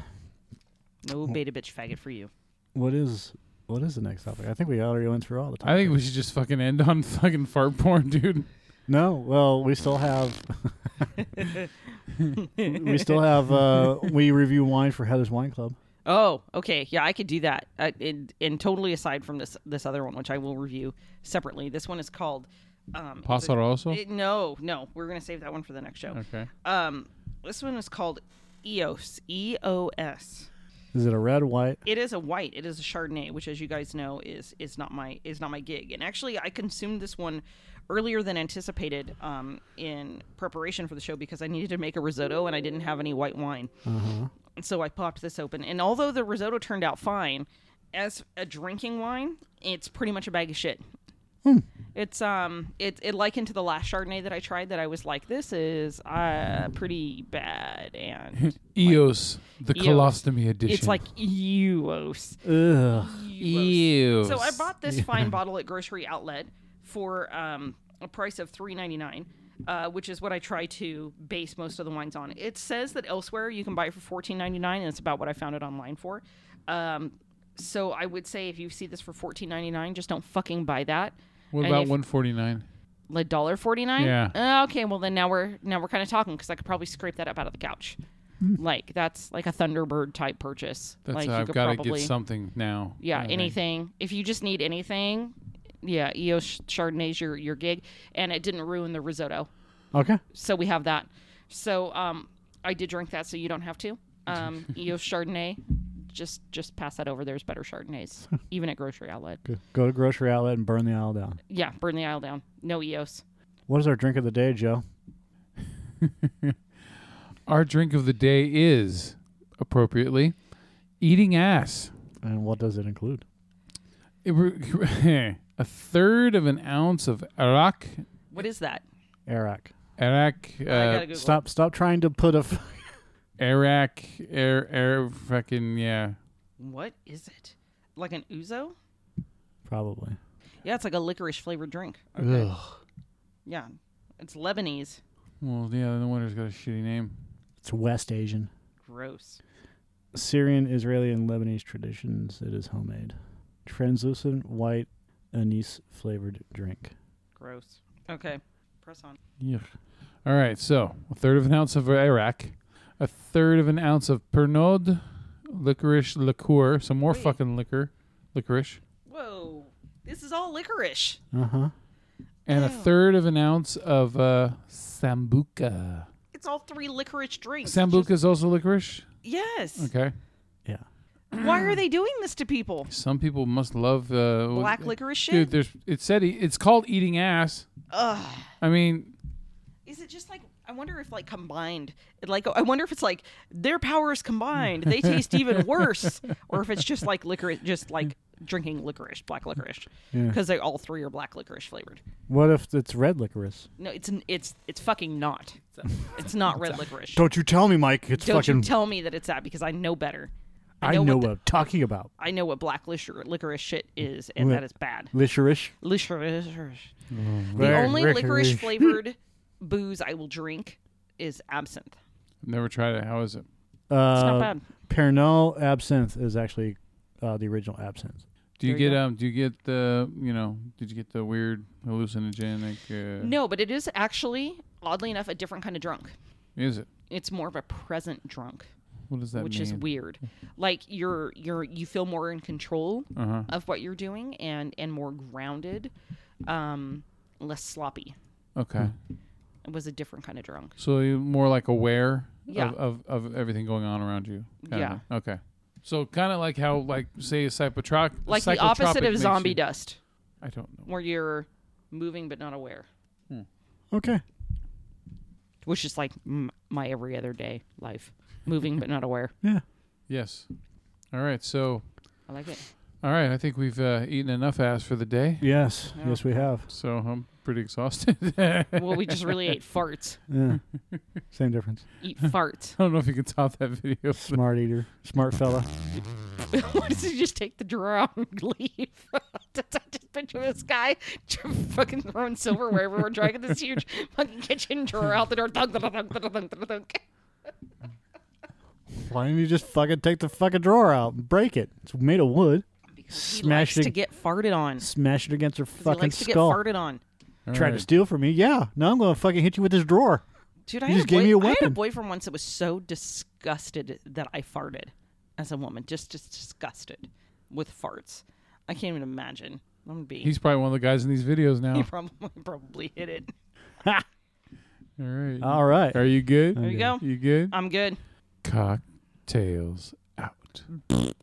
No beta bitch faggot for you. What is what is the next topic? I think we already went through all the I topics. think we should just fucking end on fucking fart porn, dude. no. Well, we still have we still have uh, we review wine for Heather's Wine Club. Oh, okay, yeah, I could do that. Uh, and, and totally aside from this this other one, which I will review separately. This one is called. Um, it's a- Pasar also. it- no, no, we're gonna save that one for the next show. Okay. Um, this one is called EOS. E O S. Is it a red, white? It is a white. It is a Chardonnay, which, as you guys know, is is not my is not my gig. And actually, I consumed this one earlier than anticipated um, in preparation for the show because I needed to make a risotto and I didn't have any white wine. So I popped this open, and although the risotto turned out fine, as a drinking wine, it's pretty much a bag of shit. It's um, it it likened to the last Chardonnay that I tried. That I was like, this is uh pretty bad, and EOS, the Eos. colostomy edition. it's like Eos. Ugh. EOS. So I bought this fine bottle at grocery outlet for um, a price of three ninety nine, uh, which is what I try to base most of the wines on. It says that elsewhere you can buy it for fourteen ninety nine, and it's about what I found it online for. Um, so I would say if you see this for fourteen ninety nine, just don't fucking buy that. What and about if- 149? A dollar forty nine. Yeah. okay. Well, then now we're now we're kind of talking because I could probably scrape that up out of the couch. Like that's like a Thunderbird type purchase. Hmm. That's uh, like you I've could got to probably- get something now. yeah I Mm-hmm. think. anything if you just need anything yeah eos chardonnay's your your gig and it didn't ruin the risotto Okay. so we have that so um i did drink that so you don't have to um eos chardonnay just just pass that over there's better chardonnays even at grocery outlet Go- Go to grocery outlet and burn the aisle down. yeah burn the aisle down no E eos What is our drink of the day, Joe? Our drink of the day is appropriately eating ass. And what does it include? It re- a third of an ounce of Iraq. what is that Arak. Iraq. i Uh, gotta google Stop stop trying to put a f- Iraq. Air. Air. Fucking. Yeah. it. what is it like an uzo probably. yeah it's like a licorice flavored drink okay. Ugh. yeah it's lebanese Well, yeah. No wonder it's got a shitty name. It's West Asian. gross Syrian, Israeli, and Lebanese traditions. It is homemade. Translucent white anise flavored drink. gross okay press on Yuck. All right, so a third of an ounce of Iraq, a third of an ounce of Pernod licorice liqueur, some more Wait. fucking liquor, licorice, Whoa. This is all licorice. Uh huh. and a Ew. third of an ounce of uh, sambuca. It's all three licorice drinks. Sambuca is also licorice. Yes. Okay, Yeah. Why are they doing this to people? some people must love uh, Black licorice Dude, shit? there's it said e- it's called eating ass. Ugh. I mean, Is it just like I wonder if like combined like I wonder if it's like their powers combined, they taste even worse. Or if it's just like licorice just like drinking licorice, black licorice. Yeah. Because they all three are black licorice flavored. What if it's red licorice? No, it's an, it's it's fucking not. It's not red licorice. Don't you tell me, Mike. It's Don't you tell me that it's that because I know better. I know know, what what the- I'm talking about. I know what black licor- licorice shit is, and Li- that is bad. Licorice. Licorice. The only licorice flavored booze I will drink is absinthe. I've never tried it. How is it? Uh, It's not bad. Pernod absinthe is actually uh, the original absinthe. Do you There you get go. um? Do you get the you know? Did you get the weird hallucinogenic? Uh, No, but it is actually, oddly enough, a different kind of drunk. Is it? It's more of a present drunk, What does that which mean? is weird. Like you're you're you feel more in control Uh-huh. of what you're doing and and more grounded, um, less sloppy. Okay. It was a different kind of drunk. So you're more like aware Yeah. of, of, of everything going on around you. kinda. Yeah. Okay. So kind of like how like say a psychotropic Like the opposite of zombie you, dust, I don't know. where you're moving but not aware. Okay. which is like m- my every other day life moving but not aware Yeah. Yes. All right. So i like it all right, I think we've uh, eaten enough ass for the day. Yes. Yeah. Yes, we have. So I'm pretty exhausted. I well we just really ate farts Yeah. Same difference. eat farts don't know if you can top that video. Smart eater. Smart fella. why does he just take the drawer and leave That's- i just picture this guy fucking throwing silverware everywhere dragging this huge fucking kitchen drawer out the door thunk, thunk, thunk, thunk, thunk, thunk, thunk. Why didn't you just fucking take the fucking drawer out and break it? It's made of wood. he Smash likes it. to get farted on 'Cause Smash it against her he fucking likes to get skull. farted on All Tried to right. steal from me. Yeah. Now I'm gonna fucking hit you with this drawer. Dude, I You had, just a gave boy- me a I had a weapon. boyfriend once that was so disgusted that I farted as a woman. Just, just disgusted with farts. I can't even imagine. I'm gonna be. He's probably one of the guys in these videos now. he All probably probably hit it. right. All right. Are you good? There you go. You good? I'm good. Cocktails out.